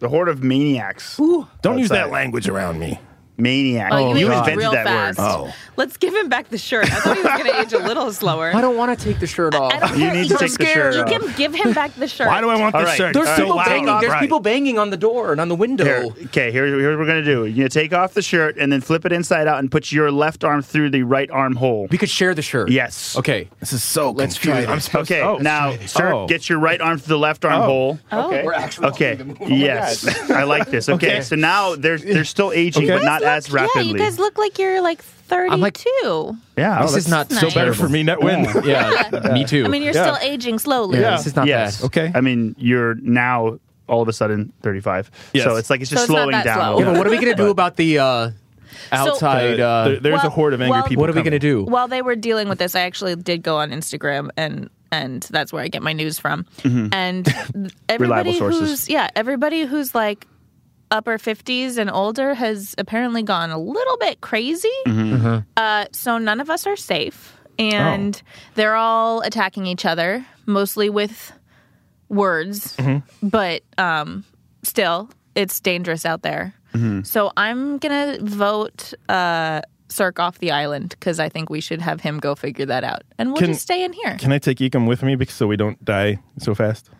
[SPEAKER 5] the horde of maniacs.
[SPEAKER 2] Don't use
[SPEAKER 5] outside.
[SPEAKER 2] that language around me.
[SPEAKER 5] Maniac.
[SPEAKER 3] Oh,
[SPEAKER 5] you
[SPEAKER 3] aged
[SPEAKER 5] invented
[SPEAKER 3] real
[SPEAKER 5] that
[SPEAKER 3] fast.
[SPEAKER 5] word.
[SPEAKER 2] Oh.
[SPEAKER 3] Let's give him back the shirt. I thought he was gonna age a little slower.
[SPEAKER 4] I don't want to take the shirt off.
[SPEAKER 3] I don't
[SPEAKER 5] You
[SPEAKER 3] care.
[SPEAKER 5] need to
[SPEAKER 3] Ecom,
[SPEAKER 5] take the shirt
[SPEAKER 3] You
[SPEAKER 5] off.
[SPEAKER 3] can give him back the shirt.
[SPEAKER 2] Why do I want
[SPEAKER 5] All
[SPEAKER 2] this
[SPEAKER 5] right.
[SPEAKER 2] shirt?
[SPEAKER 5] There's
[SPEAKER 2] It's so
[SPEAKER 5] people
[SPEAKER 2] loud.
[SPEAKER 5] banging. There's Right. people
[SPEAKER 4] banging on the door and on the window.
[SPEAKER 5] Here, okay, here, here's what we're gonna do. You're gonna take off the shirt and then flip it inside out and put your left arm through the right arm hole.
[SPEAKER 4] We could share the shirt.
[SPEAKER 5] Yes.
[SPEAKER 4] Okay.
[SPEAKER 2] This is so
[SPEAKER 4] Let's
[SPEAKER 2] confusing.
[SPEAKER 4] try
[SPEAKER 2] I'm
[SPEAKER 4] this.
[SPEAKER 2] supposed
[SPEAKER 5] Okay,
[SPEAKER 2] to. Oh,
[SPEAKER 5] now, sir,
[SPEAKER 2] Oh.
[SPEAKER 5] get your right arm through the left arm
[SPEAKER 2] Oh.
[SPEAKER 5] hole.
[SPEAKER 3] Oh.
[SPEAKER 5] Okay.
[SPEAKER 3] We're
[SPEAKER 4] actually
[SPEAKER 5] okay.
[SPEAKER 4] moving them. Oh my
[SPEAKER 5] yes, I like this. Okay,
[SPEAKER 2] Okay.
[SPEAKER 5] so now they're they're still aging,
[SPEAKER 2] Okay.
[SPEAKER 5] but not
[SPEAKER 3] Look,
[SPEAKER 5] as rapidly.
[SPEAKER 3] Yeah, you guys look like you're like 32.
[SPEAKER 4] I'm like-
[SPEAKER 5] yeah,
[SPEAKER 4] this is not
[SPEAKER 3] nice.
[SPEAKER 4] so
[SPEAKER 2] better
[SPEAKER 3] Better
[SPEAKER 4] terrible.
[SPEAKER 2] for me net win.
[SPEAKER 4] Yeah, me too.
[SPEAKER 3] I mean, you're
[SPEAKER 2] Yeah.
[SPEAKER 3] still aging slowly.
[SPEAKER 4] yeah, this is not
[SPEAKER 5] yes.
[SPEAKER 4] bad.
[SPEAKER 2] Okay.
[SPEAKER 5] I mean, you're now all of a sudden 35.
[SPEAKER 2] Yes.
[SPEAKER 5] So it's like it's just
[SPEAKER 3] So it's not
[SPEAKER 5] slowing
[SPEAKER 3] that
[SPEAKER 5] down.
[SPEAKER 3] slow.
[SPEAKER 5] a
[SPEAKER 3] Yeah,
[SPEAKER 4] Yeah,
[SPEAKER 5] little
[SPEAKER 4] but
[SPEAKER 5] bit.
[SPEAKER 4] what are we gonna do about the uh, outside? uh,
[SPEAKER 2] There- there's a
[SPEAKER 3] Well-
[SPEAKER 2] horde of angry
[SPEAKER 3] well-
[SPEAKER 2] people.
[SPEAKER 4] what are we
[SPEAKER 2] coming.
[SPEAKER 4] gonna do?
[SPEAKER 3] While they were dealing with this, I actually did go on Instagram and and that's where I get my news from. And th- everybody
[SPEAKER 5] sources.
[SPEAKER 3] who's yeah, everybody who's like upper 50s and older has apparently gone a little bit crazy. Uh, so none of us are safe and they're all attacking each other mostly with words.
[SPEAKER 4] Mm-hmm.
[SPEAKER 3] But um still it's dangerous out there.
[SPEAKER 4] Mm-hmm.
[SPEAKER 3] So I'm going to vote uh Cirque off the island because I think we should have him go figure that out, and we'll
[SPEAKER 2] Can-
[SPEAKER 3] just stay in here.
[SPEAKER 2] Can I take Ecom with me because so we don't die so fast?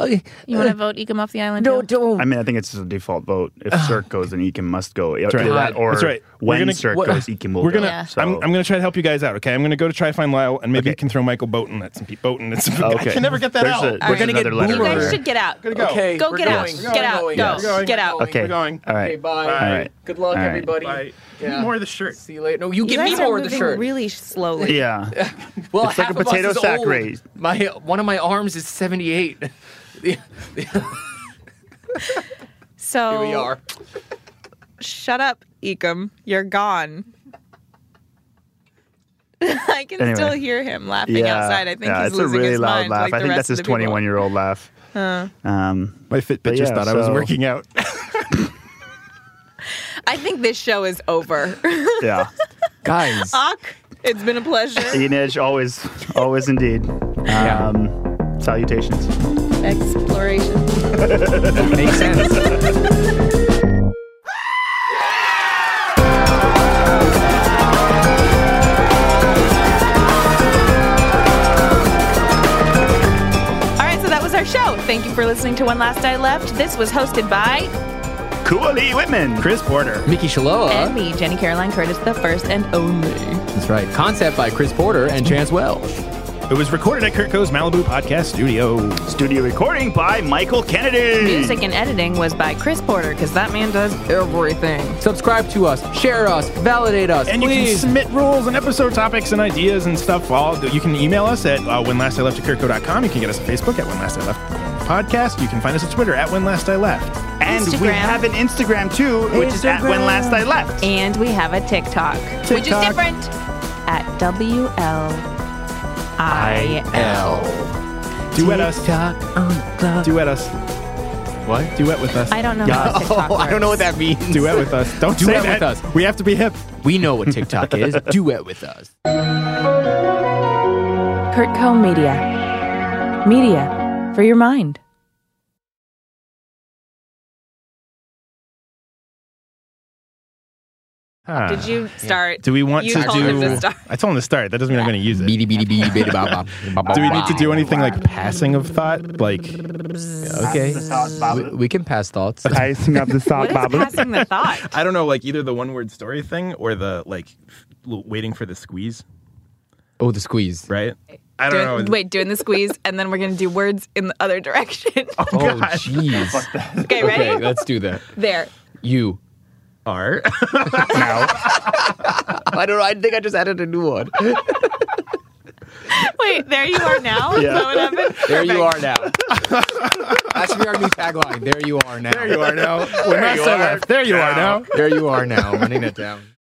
[SPEAKER 4] Okay.
[SPEAKER 3] you want to vote Ecom off the island?
[SPEAKER 4] No,
[SPEAKER 3] too?
[SPEAKER 4] don't.
[SPEAKER 5] I mean, I think it's just a default vote. If Cirque goes, then Ekin must go. That's
[SPEAKER 2] right.
[SPEAKER 5] or
[SPEAKER 2] That's right. We're
[SPEAKER 5] when
[SPEAKER 2] gonna-
[SPEAKER 5] Cirque
[SPEAKER 4] what-
[SPEAKER 5] goes, Ekin will
[SPEAKER 2] We're
[SPEAKER 5] go.
[SPEAKER 2] gonna.
[SPEAKER 3] Yeah.
[SPEAKER 5] So-
[SPEAKER 2] I'm, I'm gonna try to help you guys out. Okay, I'm gonna go to try to find Lyle, and maybe
[SPEAKER 5] Okay.
[SPEAKER 2] you can throw Michael Bolton at some people. Bolton at some people.
[SPEAKER 5] Okay.
[SPEAKER 2] I can never get that
[SPEAKER 5] There's
[SPEAKER 2] out.
[SPEAKER 5] a-
[SPEAKER 2] We're
[SPEAKER 5] there's
[SPEAKER 4] gonna get
[SPEAKER 5] another letter
[SPEAKER 3] You guys
[SPEAKER 5] there.
[SPEAKER 3] should get out.
[SPEAKER 2] gonna go.
[SPEAKER 4] Okay,
[SPEAKER 3] Go
[SPEAKER 4] we're
[SPEAKER 3] get out.
[SPEAKER 4] going.
[SPEAKER 3] Get out.
[SPEAKER 4] We're going.
[SPEAKER 3] Go.
[SPEAKER 4] We're going.
[SPEAKER 3] Get out.
[SPEAKER 5] Okay.
[SPEAKER 2] We're going.
[SPEAKER 5] All right.
[SPEAKER 4] Okay, bye.
[SPEAKER 5] All right.
[SPEAKER 4] Good luck,
[SPEAKER 5] All right.
[SPEAKER 4] everybody.
[SPEAKER 2] Bye.
[SPEAKER 4] Yeah.
[SPEAKER 2] Give me more of the shirt.
[SPEAKER 4] See you later. No, you
[SPEAKER 3] You
[SPEAKER 4] give me
[SPEAKER 3] guys are
[SPEAKER 4] more of the
[SPEAKER 3] moving
[SPEAKER 4] shirt.
[SPEAKER 3] really slowly.
[SPEAKER 5] Yeah.
[SPEAKER 4] well,
[SPEAKER 5] It's like
[SPEAKER 4] half
[SPEAKER 5] a
[SPEAKER 4] of us
[SPEAKER 5] potato
[SPEAKER 4] is
[SPEAKER 5] sack
[SPEAKER 4] old.
[SPEAKER 5] raise.
[SPEAKER 4] My one of my arms is seventy-eight. Here
[SPEAKER 3] So
[SPEAKER 4] we are.
[SPEAKER 3] Shut up, Ecom. You're gone. I can
[SPEAKER 5] Anyway.
[SPEAKER 3] still hear him laughing
[SPEAKER 5] Yeah.
[SPEAKER 3] outside. I think
[SPEAKER 5] yeah,
[SPEAKER 3] he's
[SPEAKER 5] it's a
[SPEAKER 3] losing
[SPEAKER 5] really
[SPEAKER 3] his
[SPEAKER 5] loud
[SPEAKER 3] mind.
[SPEAKER 5] laugh.
[SPEAKER 3] Like
[SPEAKER 5] I
[SPEAKER 3] the
[SPEAKER 5] think
[SPEAKER 3] rest
[SPEAKER 5] that's
[SPEAKER 3] of
[SPEAKER 5] his
[SPEAKER 3] the people.
[SPEAKER 5] 21 year old laugh. Um,
[SPEAKER 2] My Fitbit
[SPEAKER 5] But
[SPEAKER 2] just
[SPEAKER 5] yeah,
[SPEAKER 2] thought I was
[SPEAKER 5] so-
[SPEAKER 2] working out.
[SPEAKER 3] I think this show is over.
[SPEAKER 5] yeah.
[SPEAKER 4] Guys.
[SPEAKER 3] Ak, it's been a pleasure.
[SPEAKER 5] Ian Edge, always, always indeed.
[SPEAKER 4] Yeah.
[SPEAKER 5] Um, salutations.
[SPEAKER 3] Exploration.
[SPEAKER 4] Makes sense.
[SPEAKER 3] All right, so that was our show. Thank you for listening to One Last I Left. This was hosted by
[SPEAKER 5] Cool Lee Whitman.
[SPEAKER 2] Chris Porter.
[SPEAKER 4] Mickey Shaloa.
[SPEAKER 3] and me, Jenny Caroline Curtis, the first and only.
[SPEAKER 4] That's right. Concept by Chris Porter and Chance Welsh.
[SPEAKER 2] It was recorded at Kirko's Malibu Podcast Studio.
[SPEAKER 5] Studio recording by Michael Kennedy.
[SPEAKER 3] Music and editing was by Chris Porter because that man does everything.
[SPEAKER 4] Subscribe to us, share us, validate us,
[SPEAKER 2] And you can
[SPEAKER 4] please.
[SPEAKER 2] submit rules and episode topics and ideas and stuff. All you can email us at uh, when last I left at kirko.com. You can get us on Facebook at when last I left podcast. You can find us on Twitter at when last I left.
[SPEAKER 5] And we
[SPEAKER 3] Instagram.
[SPEAKER 5] have an Instagram too, which is at when last I left.
[SPEAKER 3] And we have a TikTok, which is
[SPEAKER 2] TikTok.
[SPEAKER 3] different at WLIL.
[SPEAKER 2] Duet us. Duet us. What? Duet with us.
[SPEAKER 3] I don't know how TikTok
[SPEAKER 4] Oh, I don't know what that means.
[SPEAKER 2] Duet with us. Don't
[SPEAKER 4] Duet
[SPEAKER 2] say that.
[SPEAKER 4] with us.
[SPEAKER 2] We have to be hip.
[SPEAKER 4] We know what TikTok is. Duet with us.
[SPEAKER 3] Kurtco Media. Media for your mind.
[SPEAKER 2] Ah.
[SPEAKER 3] Did you start?
[SPEAKER 2] Do we want
[SPEAKER 3] you
[SPEAKER 2] to
[SPEAKER 3] told
[SPEAKER 2] do?
[SPEAKER 3] him to start.
[SPEAKER 2] I told him to start. That doesn't mean I'm going to use it.
[SPEAKER 4] Beady beady beady beady ba ba. ba,
[SPEAKER 2] Do we need
[SPEAKER 4] ba.
[SPEAKER 2] to do anything like passing of thought? Like,
[SPEAKER 4] Okay. We, we can pass thoughts.
[SPEAKER 5] Icing up the
[SPEAKER 3] What
[SPEAKER 5] thought
[SPEAKER 3] is passing the thought?
[SPEAKER 2] I don't know, like either the one word story thing or the like l- waiting for the squeeze,
[SPEAKER 4] Oh, the squeeze.
[SPEAKER 2] right? I don't
[SPEAKER 3] Doing-
[SPEAKER 2] know.
[SPEAKER 3] Wait, doing the squeeze, and then we're gonna do words in the other direction.
[SPEAKER 4] Oh, jeez.
[SPEAKER 3] okay, ready?
[SPEAKER 4] Okay, let's do that.
[SPEAKER 3] There.
[SPEAKER 4] You.
[SPEAKER 2] R.
[SPEAKER 5] now.
[SPEAKER 4] I don't know. I think I just added a new one.
[SPEAKER 3] Wait, there you are now. Is that what happened?
[SPEAKER 4] There you are now. That should be our new tagline. There you are now.
[SPEAKER 2] there you are now. When last I left, there you are now.
[SPEAKER 4] There you are now. I'm running it down.